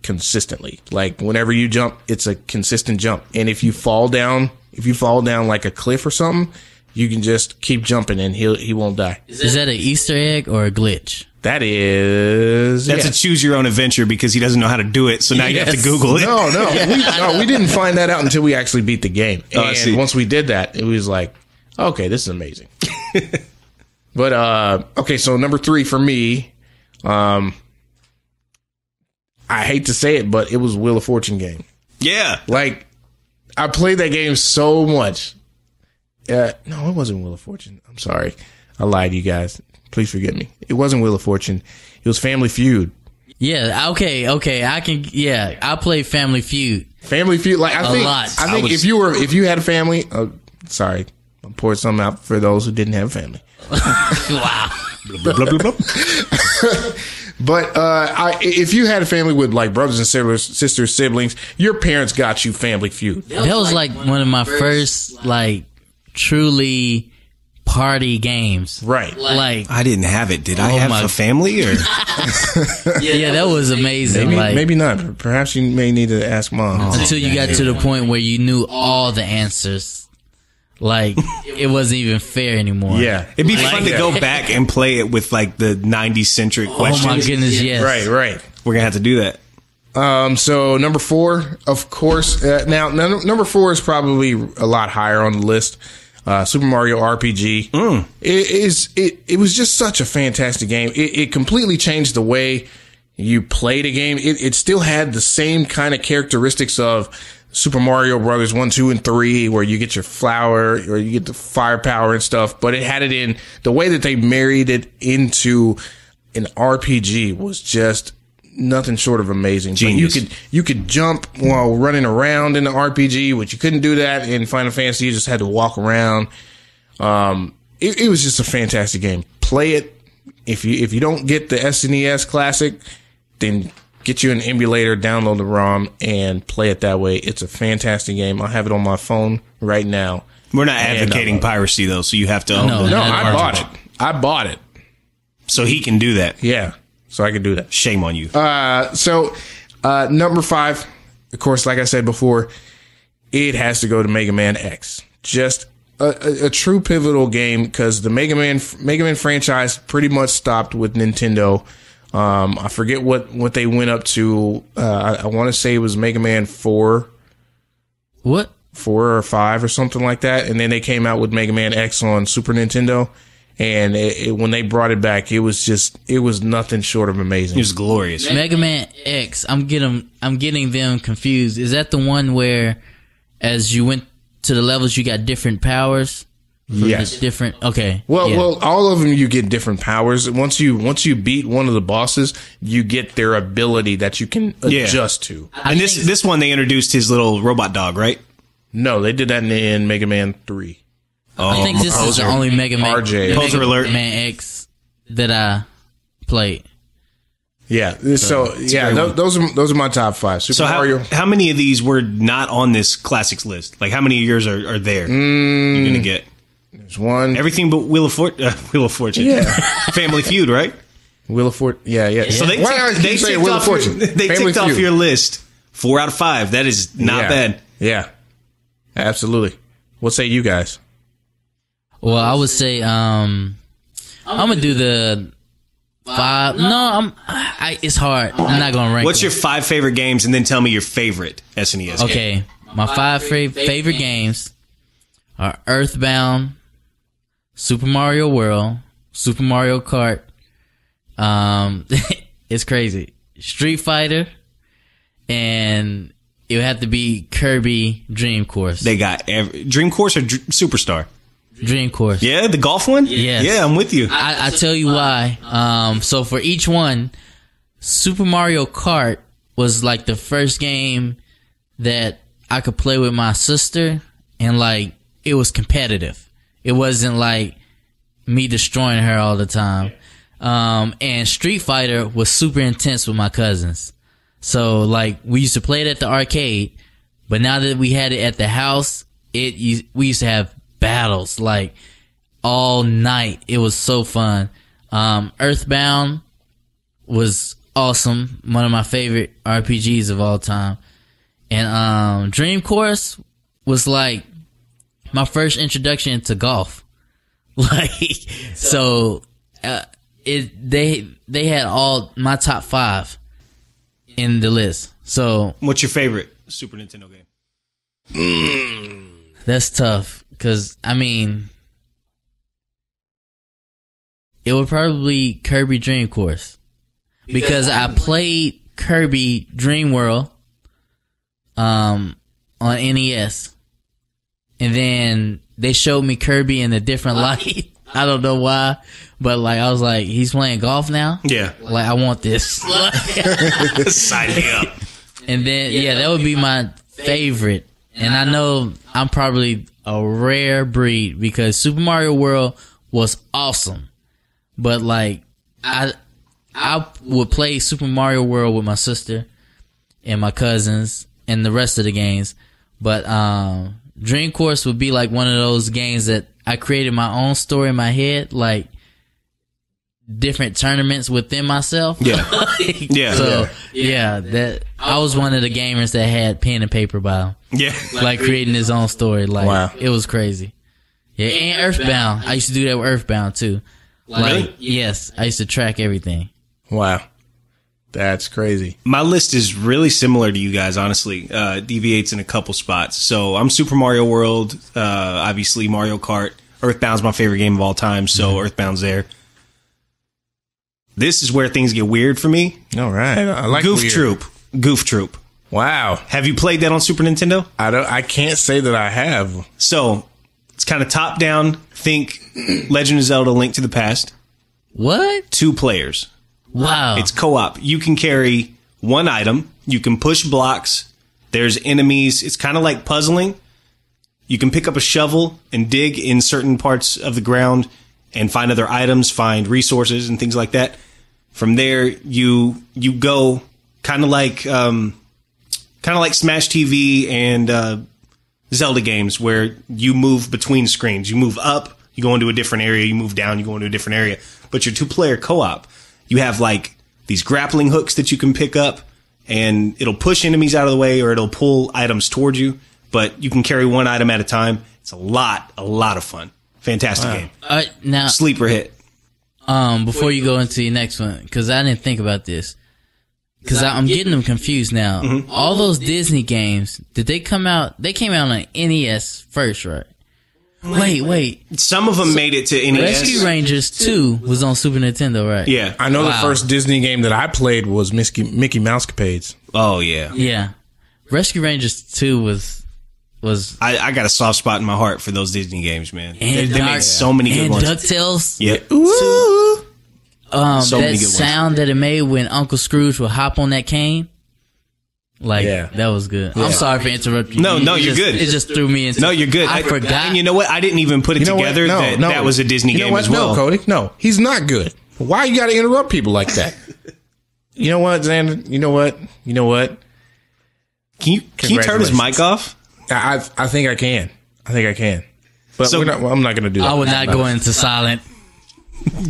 consistently like whenever you jump it's a consistent jump and if you fall down if you fall down like a cliff or something you can just keep jumping and he'll he won't die Is that an Easter egg or a glitch? that is That's yeah. a choose your own adventure because he doesn't know how to do it. So now you have to Yes. Google it. No, no, we, no. We didn't find that out until we actually beat the game. Oh, I And see. once we did that, it was like, okay, this is (laughs) amazing. but uh, okay, so number three for me, um, I hate to say it, but it was Wheel of Fortune game. (laughs) Yeah. Like, I played that game so much. Uh, no, it wasn't Wheel of Fortune. I'm sorry, I lied, to you guys. Please forgive me. It wasn't Wheel of Fortune. It was Family Feud. Yeah. Okay. Okay. I can. Yeah. I play Family Feud. Family Feud. Like I A think, lot. I I think was- if you were if you had a family, uh, sorry, I poured some out for those who didn't have family. (laughs) wow. Blah, blah, blah, blah. But uh, I, if you had a family with like brothers and sisters, sisters, siblings, your parents got you Family Feud. That was like one of my first like truly party games. Right. Like I didn't have it. Did I Oh have my- a family (laughs) or? yeah, that was amazing. Maybe, like maybe not. Perhaps you may need to ask mom. until you got to the point where you knew all the answers. Like it wasn't even fair anymore. Yeah. It'd be Like fun to that. go back and play it with like the 90 centric Oh my questions. goodness, yes. Right. Right. We're gonna have to do that. Um, so number four, of course. Uh, now, num- number four is probably a lot higher on the list. Uh, Super Mario RPG. It is. It, it was just such a fantastic game. It, it completely changed the way you played a game. It, it still had the same kind of characteristics of Super Mario Brothers 1, 2, and 3, where you get your flower or you get the firepower and stuff, but it had it in the way that they married it into an RPG was just nothing short of amazing. But Genius. you could you could jump while running around in the RPG, which you couldn't do that in Final Fantasy. You just had to walk around. Um, it, it was just a fantastic game. Play it. If you if you don't get the SNES Classic, then get you an emulator, download the ROM, and play it that way. It's a fantastic game. I have it on my phone right now. We're not advocating uh, piracy though, so you have to own No, the- No, I have I it. bought it. I bought it. so he can do that. Yeah, so I could do that. Shame on you. So, uh, number five, of course, like I said before, it has to go to Mega Man X. Just a, a, a true pivotal game because the Mega Man Mega Man franchise pretty much stopped with Nintendo. Um, I forget what what they went up to. Uh, I, I want to say it was Mega Man four, What? four or five or something like that, and then they came out with Mega Man X on Super Nintendo. And it, it, when they brought it back, it was just it was nothing short of amazing. it was glorious. Mega Man X. I'm getting I'm getting them confused. Is that the one where as you went to the levels you got different powers? Yes. Different okay. Well, yeah. well, all of them you get different powers. Once you once you beat one of the bosses, you get their ability that you can Yeah. adjust to. and this think- this one they introduced his little robot dog, right? No, they did that in, in Mega Man Three. Oh, I think this is the only Mega Man RJ. the Poser Mega alert. Man X that I played. Yeah, so, yeah, tho- those are those are my top five. Super so Mario. how, how many of these were not on this classics list? Like how many of yours are, are there? You're gonna get There's one. everything but Wheel of Fort, (laughs) uh, Wheel of Fortune, Yeah. (laughs) Family Feud, right? Wheel of Fortune. Yeah, yeah. So they Why do I ticked, keep they saying ticked Wheel off of Fortune. Your, they Family ticked off Feud. your list four out of five. That is not yeah. bad. Yeah, absolutely. What say you guys? Well, I would say um I'm gonna do the five. No, I'm. I, it's hard. I'm not gonna rank. What's them. your five favorite games, and then tell me your favorite SNES? game. Okay, my five fa- favorite games are Earthbound, Super Mario World, Super Mario Kart. Um, (laughs) it's crazy. Street Fighter, and it would have to be Kirby Dream Course. They got every, Dream Course or Dr- Superstar? Dream Course. Yeah, the golf one. Yes. Yeah, I'm with you. I, I tell you why. Um, so for each one, Super Mario Kart was like the first game that I could play with my sister, and like it was competitive. It wasn't like me destroying her all the time. Um, and Street Fighter was super intense with my cousins. So like we used to play it at the arcade, but now that we had it at the house, it u- we used to have battles like all night. It was so fun. Um, Earthbound was awesome. One of my favorite RPGs of all time. And um, Dream Course was like my first introduction to golf. (laughs) Like so, uh, it they they had all my top five in the list. So What's your favorite Super Nintendo game? That's tough because I mean, it would probably Kirby Dream Course because I played Kirby Dream World um on NES, and then they showed me Kirby in a different light. (laughs) I don't know why, but like I was like, he's playing golf now. Yeah, Like I want this. (laughs) (laughs) sign me up. And then yeah, that would be my favorite. And I know I'm probably a rare breed because Super Mario World was awesome. But like I I would play Super Mario World with my sister and my cousins and the rest of the games. But um Dream Course would be like one of those games that I created my own story in my head, like different tournaments within myself. (laughs) Yeah, Yeah. So yeah, that I was one of the gamers that had pen and paper by him, yeah. like creating his own story. Like Wow. it was crazy. Yeah, and Earthbound. I used to do that with Earthbound too. Like Really? yes, I used to track everything. Wow, that's crazy. My list is really similar to you guys, honestly. Uh, deviates in a couple spots. So I'm Super Mario World, uh, obviously Mario Kart. Earthbound's my favorite game of all time, so Earthbound's there. This is where things get weird for me. All right. I like Goof weird. Troop. Goof Troop. Wow. Have you played that on Super Nintendo? I don't I can't say that I have. So it's kind of top down. Think (clears throat) Legend of Zelda: Link to the Past. What? Two players. Wow. It's co-op. You can carry one item. You can push blocks. There's enemies. It's kind of like puzzling. You can pick up a shovel and dig in certain parts of the ground and find other items, find resources and things like that. From there, you you go kind of like um, kind of like Smash TV and uh, Zelda games where you move between screens. You move up, you go into a different area, you move down, you go into a different area. But your two player co op, you have like these grappling hooks that you can pick up and it'll push enemies out of the way or it'll pull items towards you. But you can carry one item at a time. It's a lot, a lot of fun. Fantastic game. All right, Uh, now, Sleeper hit. um, before you go into your next one, because I didn't think about this, because I'm getting them confused now. All those Disney games, did they come out? They came out on NES first, right? Wait, wait. Some of them made it to E NES. Rescue Rangers 2 was on Super Nintendo, right? Yeah. I know the Wow. first Disney game that I played was Mickey, Mickey Mouse Capades. oh, yeah. Yeah. Rescue Rangers 2 was, was, I, I got a soft spot in my heart for those Disney games, man. They, and they Dark- made so many good and ones. DuckTales. yeah. Um, So that many good ones. sound that it made when Uncle Scrooge would hop on that cane. Like Yeah. that was good. I'm sorry for interrupting. you. No, no, It you're just- good. It just threw me into. No, you're good. I, forgot. And you know what? I didn't even put it You know together what? No, that no. that was a Disney you know game what? as well. No, Cody. No, he's not good. Why you got to interrupt people like (laughs) that? you know what, Xander? You know what? You know what? Can you can you turn his Congratulations. mic off? I I, I think I can. I think I can. But So- we're not, well, I'm not going to do that. Oh, I would not go into silent.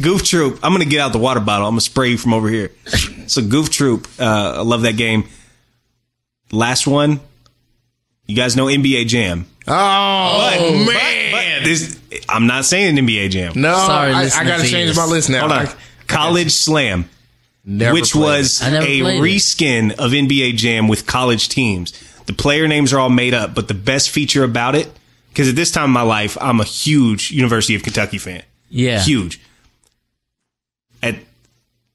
Goof Troop. I'm gonna get out the water bottle. I'm gonna spray you from over here. so Goof Troop. Uh, I love that game. Last one. You guys know NBA Jam. Oh, But man. this, I'm not saying NBA Jam. no, Sorry, I, I listening got to to change this. my list now. Hold on. I College Slam. never which played it. was I never a played it. reskin of NBA Jam with college teams. The player names are all made up, but the best feature about it, because at this time in my life, I'm a huge University of Kentucky fan. Yeah. Huge. At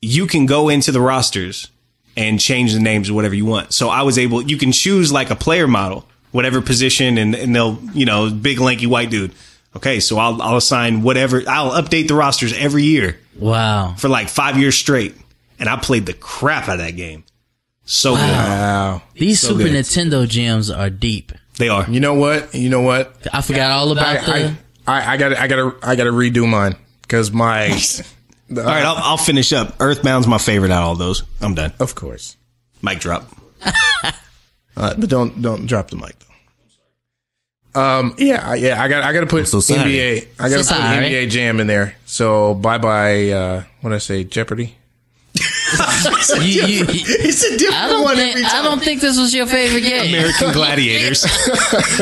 you can go into the rosters and change the names or whatever you want. So I was able you can choose like a player model, whatever position and, and they'll, you know, big lanky white dude. Okay, so I'll I'll assign whatever I'll update the rosters every year Wow. for like five years straight, and I played the crap out of that game. So Wow. These Super good. Nintendo gems are deep. good, they are. You know what? You know what? I forgot all about the. I, I, I gotta, I gotta, I gotta redo mine because (laughs) my, All right, I'll, I'll finish up. Earthbound's my favorite out of all those. I'm done. of course. Mic drop. Uh, but don't, don't drop the mic though. Um, yeah, I- yeah, I got, I gotta put so sorry. NBA, I gotta So put sorry. NBA Jam in there. So bye bye. Uh, what I say, Jeopardy. you, (laughs) you, you- It's a different I don't think. I don't think this was your favorite game. American (laughs) Gladiators.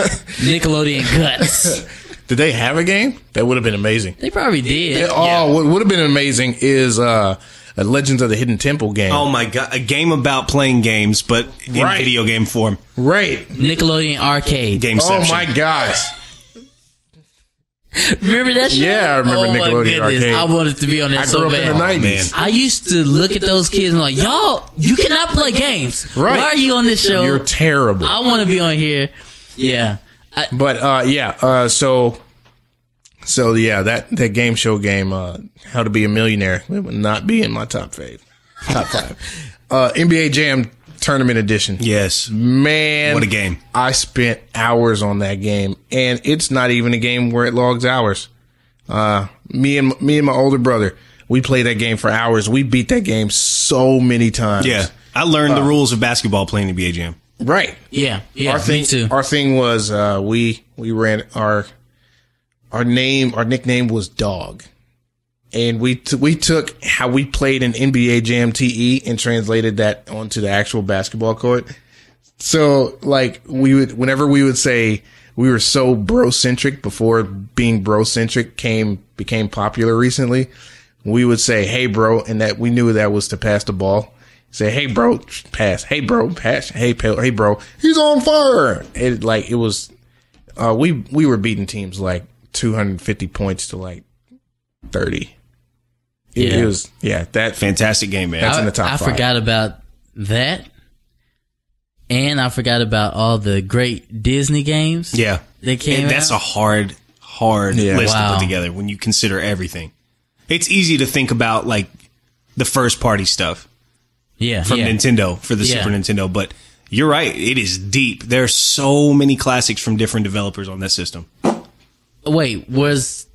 Nickelodeon guts. Did they have a game? That would have been amazing. They probably did. Oh, what would have been amazing is uh, a Legends of the Hidden Temple game. Oh my god, a game about playing games, but in Right. video game form. right. Nickelodeon arcade. Game. Oh my gosh. Remember that? Shit? Yeah, I remember Oh my Nickelodeon goodness, arcade. I wanted to be on that I so grew up bad. in the man. nineties. I used to look at those kids and like, y'all, you cannot play games. Right. Why are you on this show? You're terrible. I want to be on here. Yeah. I, But uh, yeah, uh, so so yeah, that that game show game, uh, How to Be a Millionaire, it would not be in my top five. Top five. (laughs) uh, NBA Jam Tournament Edition. Yes. Man, What a game. I spent hours on that game, and it's not even a game where it logs hours. Uh, me and me and my older brother, we played that game for hours. We beat that game so many times. Yeah. I learned the rules of basketball playing NBA Jam. right. yeah. Yeah. our thing, me too. Our thing was uh, we we ran our our name our nickname was Dog, and we t- we took how we played in NBA Jam TE and translated that onto the actual basketball court. So like we would whenever we would say we were so bro centric before being bro centric came became popular recently. We would say, "Hey, bro," and that we knew that was to pass the ball. Say, "Hey, bro, pass." Hey, bro, pass. Hey, pal, hey, bro, he's on fire. It like it was. Uh, we we were beating teams like 250 points to like 30. It, Yeah. it was yeah that Fantastic game, man. That's- in the top I five. forgot about that. And I forgot about all the great Disney games. yeah. They came And that's out. a hard, hard Yeah. list to Wow. put together when you consider everything. It's easy to think about like the first party stuff Yeah. from yeah. Nintendo for the Yeah. Super Nintendo, but you're right. It is deep. There are so many classics from different developers on that system. Wait, was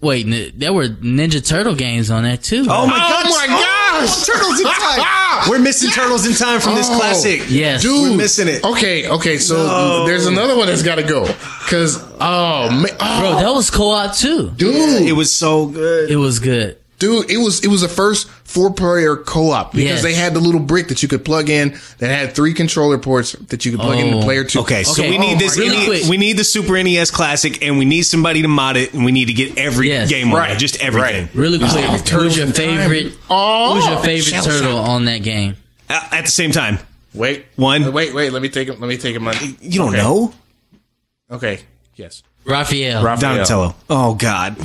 wait? N- there were Ninja Turtle games on that too. Oh my, God. Oh, my gosh! Turtles in (laughs) (laughs) Time. We're missing Turtles in Time from this Oh, classic. yes, Dude, We're missing it. Okay, okay. So there's another one that's got to go because oh, man, bro, oh that was co-op too. dude, It was so good. It was good. dude, it was it was the first four player co op because Yes. they had the little brick that you could plug in that had three controller ports that you could plug into Oh. player two. Okay, so Okay. we need Oh this. my we God. need- Quick. we need the Super NES Classic, and we need somebody to mod it, and we need to get every Yes. game right, Right. just everything. Really quick. Turtles Who's your in Time. favorite? Oh, who's your favorite shell turtle shock. on that game? A- Uh, At the same time, Wait, Uh, One. Wait, wait. Let me take him. Let me take him. you don't Oh, know Okay. Yes. Raphael. Donatello. Oh God,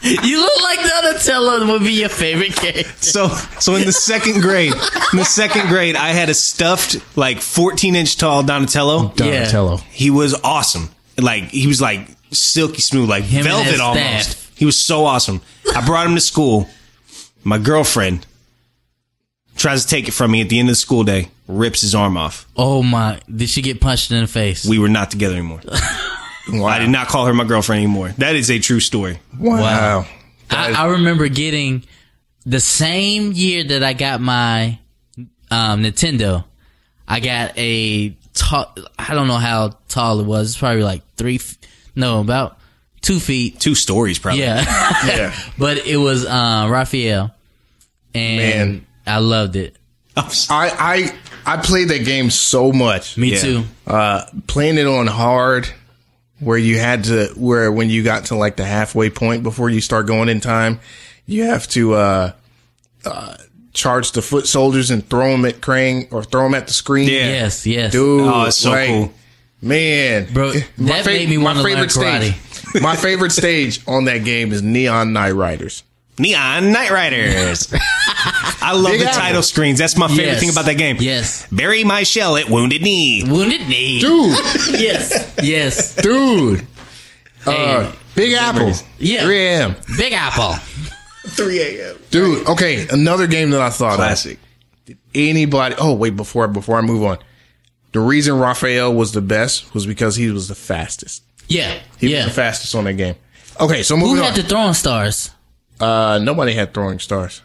you look like Donatello would be your favorite character. So, so in the second grade, in the second grade, I had a stuffed, like 14 inch tall Donatello. Donatello. He was awesome. Like, he was like silky smooth, like and his velvet staff. almost. He was so awesome. I brought him to school. My girlfriend tries to take it from me at the end of the school day, rips his arm off. Oh my! Did she get punched in the face? We were not together (laughs) anymore. I did not call her my girlfriend anymore. That is a true story. Wow. I, I remember getting the same year that I got my um, Nintendo. I got a tall. I don't know how tall it was. It's probably like three. f- No, about two feet. Two stories, probably. Yeah, Yeah. (laughs) but it was uh, Raphael, and Man. I loved it. I I I played that game so much. Me Yeah. too. uh, playing it on hard where you had to where when you got to like the halfway point before you start going in time you have to uh, uh, charge the foot soldiers and throw them at Krang or throw them at the screen Yeah. Yes, yes. dude Oh, it's so like, cool. man Bro, that made me wanna learn karate. stage (laughs) my favorite stage on that game is Neon Knight Riders Neon Night (laughs) Riders. I love Big the Apple. title screens. That's my favorite Yes. thing about that game. Yes. Bury my shell at wounded knee. Wounded knee. dude Yes, yes. dude uh, Hey. Big Apple Yeah. 3am Big Apple. 3 a.m. dude okay another game that I thought of Classic. anybody. Oh wait, before before I move on, the reason Raphael was the best was because he was the fastest. Yeah, He yeah. was the fastest on that game. Okay, so moving Who had on. the throwing stars? uh, nobody had throwing stars.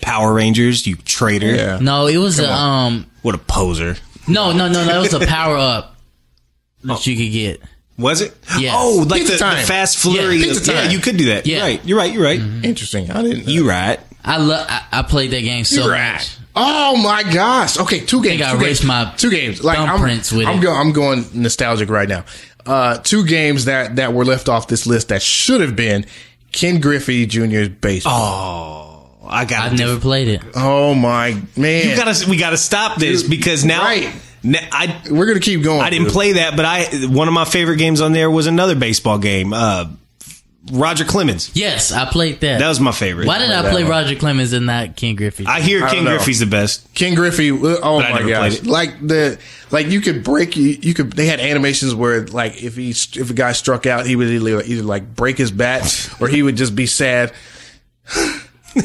Power Rangers, you traitor. Yeah. No, it was the um What a poser. No, no, no, that was a power up that you could get. Was it? Yes. Oh, like Pizza the, the time. fast flurry. Yeah, of- pizza time. yeah, Mm-hmm. you could do that. Yeah. Right. You're right. You're right. Interesting. I didn't. You right. I love. I, I played that game so much. Oh my gosh. Okay, two games. I two erased games, my two games. Like I'm, thumbprints with I'm it. going. I'm going nostalgic right now. Uh, two games that that were left off this list that should have been Ken Griffey Jr.'s Oh. baseball. I got I've never played it. Oh, my man. We gotta, we gotta stop this because now, right. now I We're gonna keep going. I didn't dude. play that, but I one of my favorite games on there was another baseball game. Uh, Roger Clemens. Yes, I played that. That was my favorite. Why did I play Roger Clemens and not King Griffey? I hear I don't King know. Griffey's the best. Ken Griffey. uh, Oh But my I never played gosh! it. Like the like you could break you, you could they had animations where like if he st- if a guy struck out he would either, either like break his (laughs) bat or he would just be sad,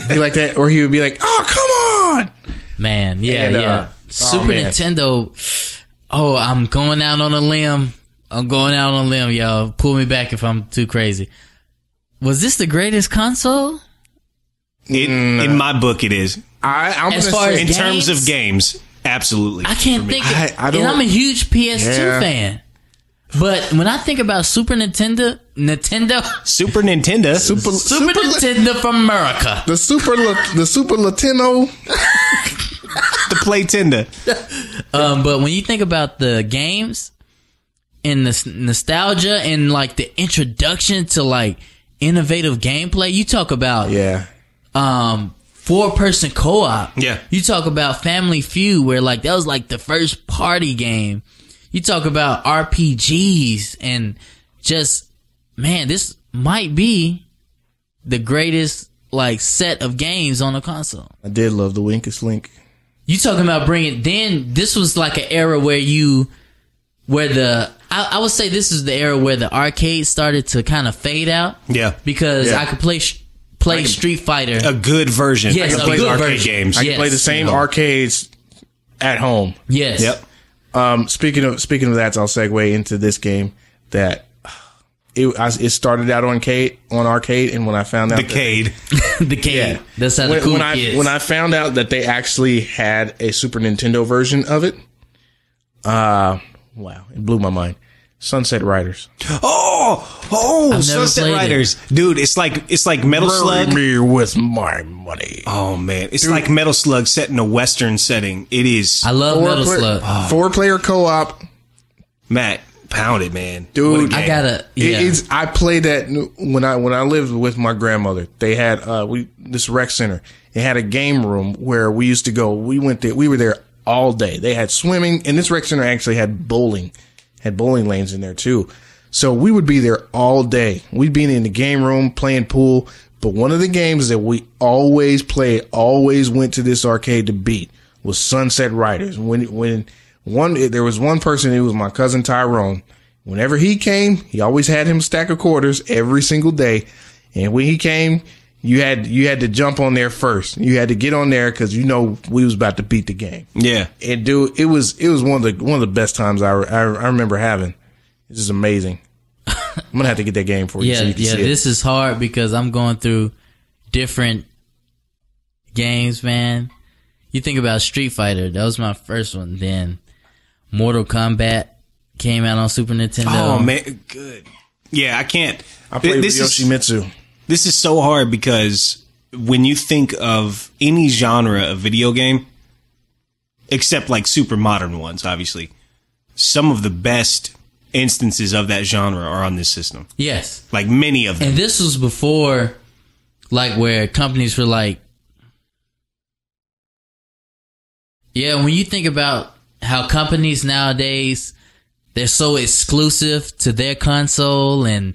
be like that, or he would be like, "Oh come on!" Man, yeah, And, uh, yeah. oh, Super man. Nintendo. Oh, I'm going out on a limb. I'm going out on a limb, y'all. Pull me back if I'm too crazy. Was this the greatest console? It, In my book, it is. I I'm As gonna far say In as- terms of games, absolutely. I can't think. Of, I- I don't- and I'm a huge PS2 Yeah. fan. But when I think about Super Nintendo, Nintendo, (laughs) Super Nintendo. super, Super super Lat- Nintendo from America. the super Lat- the super Latino. the Play Tender. Um, but when you think about the games and the s- nostalgia and like the introduction to like innovative gameplay, you talk about Yeah, um four person co op. Yeah. You talk about Family Feud where like that was like the first party game. You talk about RPGs and just man, this might be the greatest like set of games on a console. I did love the Winkest Link. You talking about bringing? Then this was like an era where you, where the I, I would say this is the era where the arcade started to kind of fade out. Yeah. because Yeah. I could play sh- play Street Fighter. A good version. Yes, I can a play the good arcade version. games. I can Yes. play the same Yeah. arcades at home. yes. Yep. Um, speaking of speaking of that, I'll segue into this game that it I, it started out on Kate on arcade, and when I found out that- Decade. the game. Yeah. That's how when, the cool when I kids. when I found out that they actually had a Super Nintendo version of it, uh, wow, it blew my mind. Sunset Riders. Oh, oh, never Sunset played it. Riders, dude! It's like it's like Metal Bury Slug. me with my money. Oh man, it's like Metal Slug set in a Western setting. It is. I love Metal player, Slug. four player co op. Matt pounded man, Dude, What a I game. I gotta. It- Yeah. it's, I played that when I when I lived with my grandmother. They had uh, we this rec center. It had a game room where we used to go. We went there. We were there all day. They had swimming, and this rec center actually had bowling, had bowling lanes in there too. So we would be there all day. We'd be in the game room playing pool. But one of the games that we always played, always went to this arcade to beat, was Sunset Riders. When when one there was one person, it was my cousin Tyrone. Whenever he came, he always had him a stack of quarters every single day. And when he came, you had you had to jump on there first. You had to get on there because you know we was about to beat the game. Yeah, And dude, it was it was one of the one of the best times I I, I remember having. This is amazing. (laughs) I'm gonna have to get that game for you yeah, so you can yeah. see This is hard because I'm going through different games, man. You think about Street Fighter. That was my first one. Then Mortal Kombat came out on Super Nintendo. Oh man, good. Yeah, I can't. it. I played this with is Yoshimitsu. this is so hard because when you think of any genre of video game, except like super modern ones, obviously, some of the best instances of that genre are on this system. Yes, Like many of them. and this was before, like, where companies were like, yeah. When you think about how companies nowadays they're so exclusive to their console and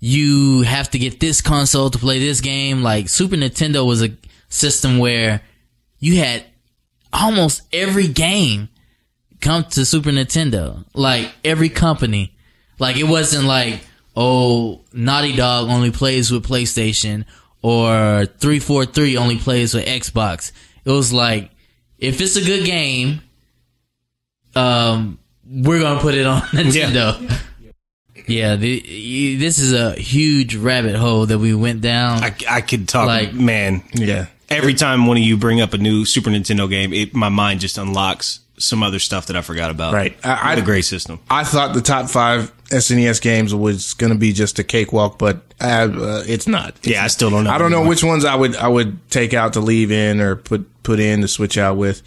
you have to get this console to play this game. Like Super Nintendo was a system where you had almost every game come to Super Nintendo. Like every company. Like it wasn't like, oh, Naughty Dog only plays with PlayStation or 343 only plays with Xbox. It was like, if it's a good game, um, we're gonna put it on (laughs) Nintendo. Yeah, the, y- this is a huge rabbit hole that we went down. I, I could talk, Like- man. Yeah. Every time one of you bring up a new Super Nintendo game, it, my mind just unlocks some other stuff that I forgot about. Right. I- what a I- great system. I thought the top five SNES games was gonna be just a cakewalk, but uh, uh, it's not. Yeah, I still don't know. I don't know which ones I would I would take out to leave in or put put in to switch out with.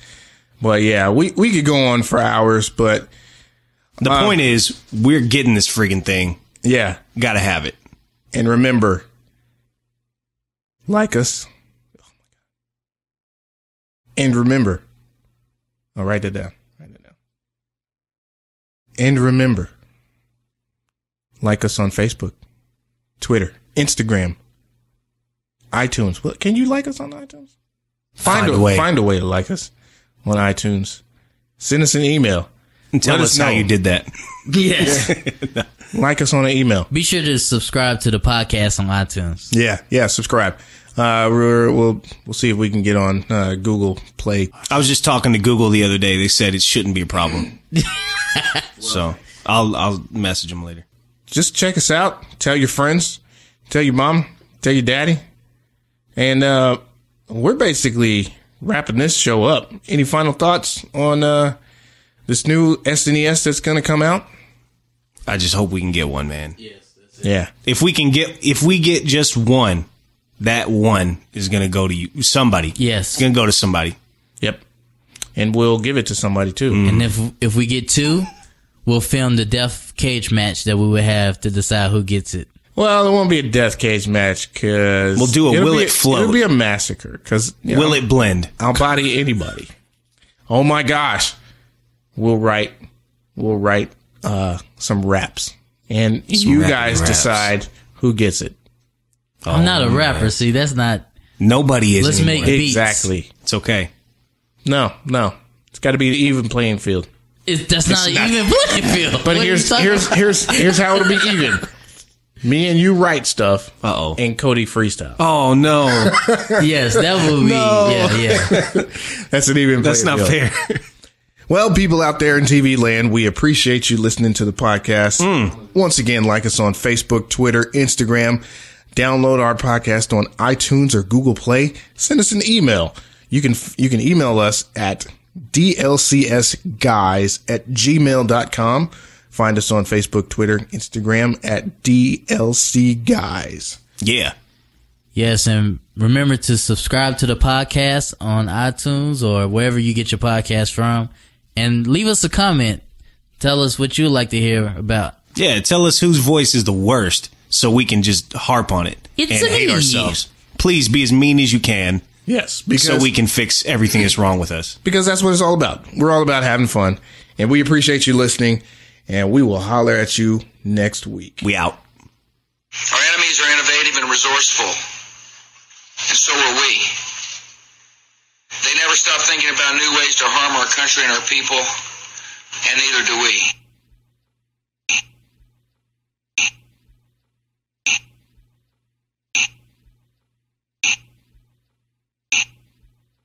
But yeah, we we could go on for hours, but The uh, point is, we're getting this freaking thing. yeah. Gotta have it. And remember, like us. Oh And remember, I'll write that down. Write that down. And remember, like us on Facebook, Twitter, Instagram, iTunes. What can you like us on iTunes? Find, Find a, a way. Find a way to like us on iTunes. Send us an email. And tell Let us us how know. you did that. yes. Like us on an email. Be sure to subscribe to the podcast on iTunes. Yeah, yeah. Subscribe. Uh, we're, we'll we'll see if we can get on uh, Google Play. I was just talking to Google the other day. They said it shouldn't be a (laughs) problem. so I'll I'll message them later. Just check us out. Tell your friends. Tell your mom. Tell your daddy. And uh, we're basically wrapping this show up. Any final thoughts on uh, this new SNES that's going to come out? I just hope we can get one, man. Yeah, If we can get if we get just one, that one is gonna go to you somebody. Yes. It's gonna go to somebody. yep. And we'll give it to somebody too. Mm-hmm. And if if we get two, we'll film the death cage match that we would have to decide who gets it. Well, it won't be a death cage match because We'll do a will it float. It'll be a massacre because Will it blend? I'll body anybody. Oh my gosh. We'll write we'll write uh some raps. And you rap guys raps. decide who gets it? I'm not Oh, Oh, a rapper. See, that's not. Nobody is. Let's anymore. make- Beats. Exactly. It's okay. No, no. It's got to be an even playing field. It, that's not, an even (laughs) playing field. (laughs) But here's here's here's here's how it'll be (laughs) even. Me and you write stuff, Uh-oh. and Cody freestyle. Oh (laughs) no, yes, (laughs) that would be yeah yeah. That's an even. that's playing not field. fair. (laughs) Well, people out there in TV land, we appreciate you listening to the podcast. Hmm. Once again, like us on Facebook, Twitter, Instagram. Download our podcast on iTunes or Google Play. Send us an email. You can, you can email us at dlcsguys at gmail.com. Find us on Facebook, Twitter, Instagram at dlcguys. yeah. Yes, and remember to subscribe to the podcast on iTunes or wherever you get your podcast from, and leave us a comment. Tell us what you'd like to hear about. Yeah, tell us whose voice is the worst so we can just harp on it It's and hate me. ourselves. Please be as mean as you can Yes, because so we can fix everything that's wrong with us. because that's what it's all about. We're all about having fun, and we appreciate you listening. And we will holler at you next week. We out. Our enemies are innovative and resourceful. And so are we. They never stop thinking about new ways to harm our country and our people, and neither do we.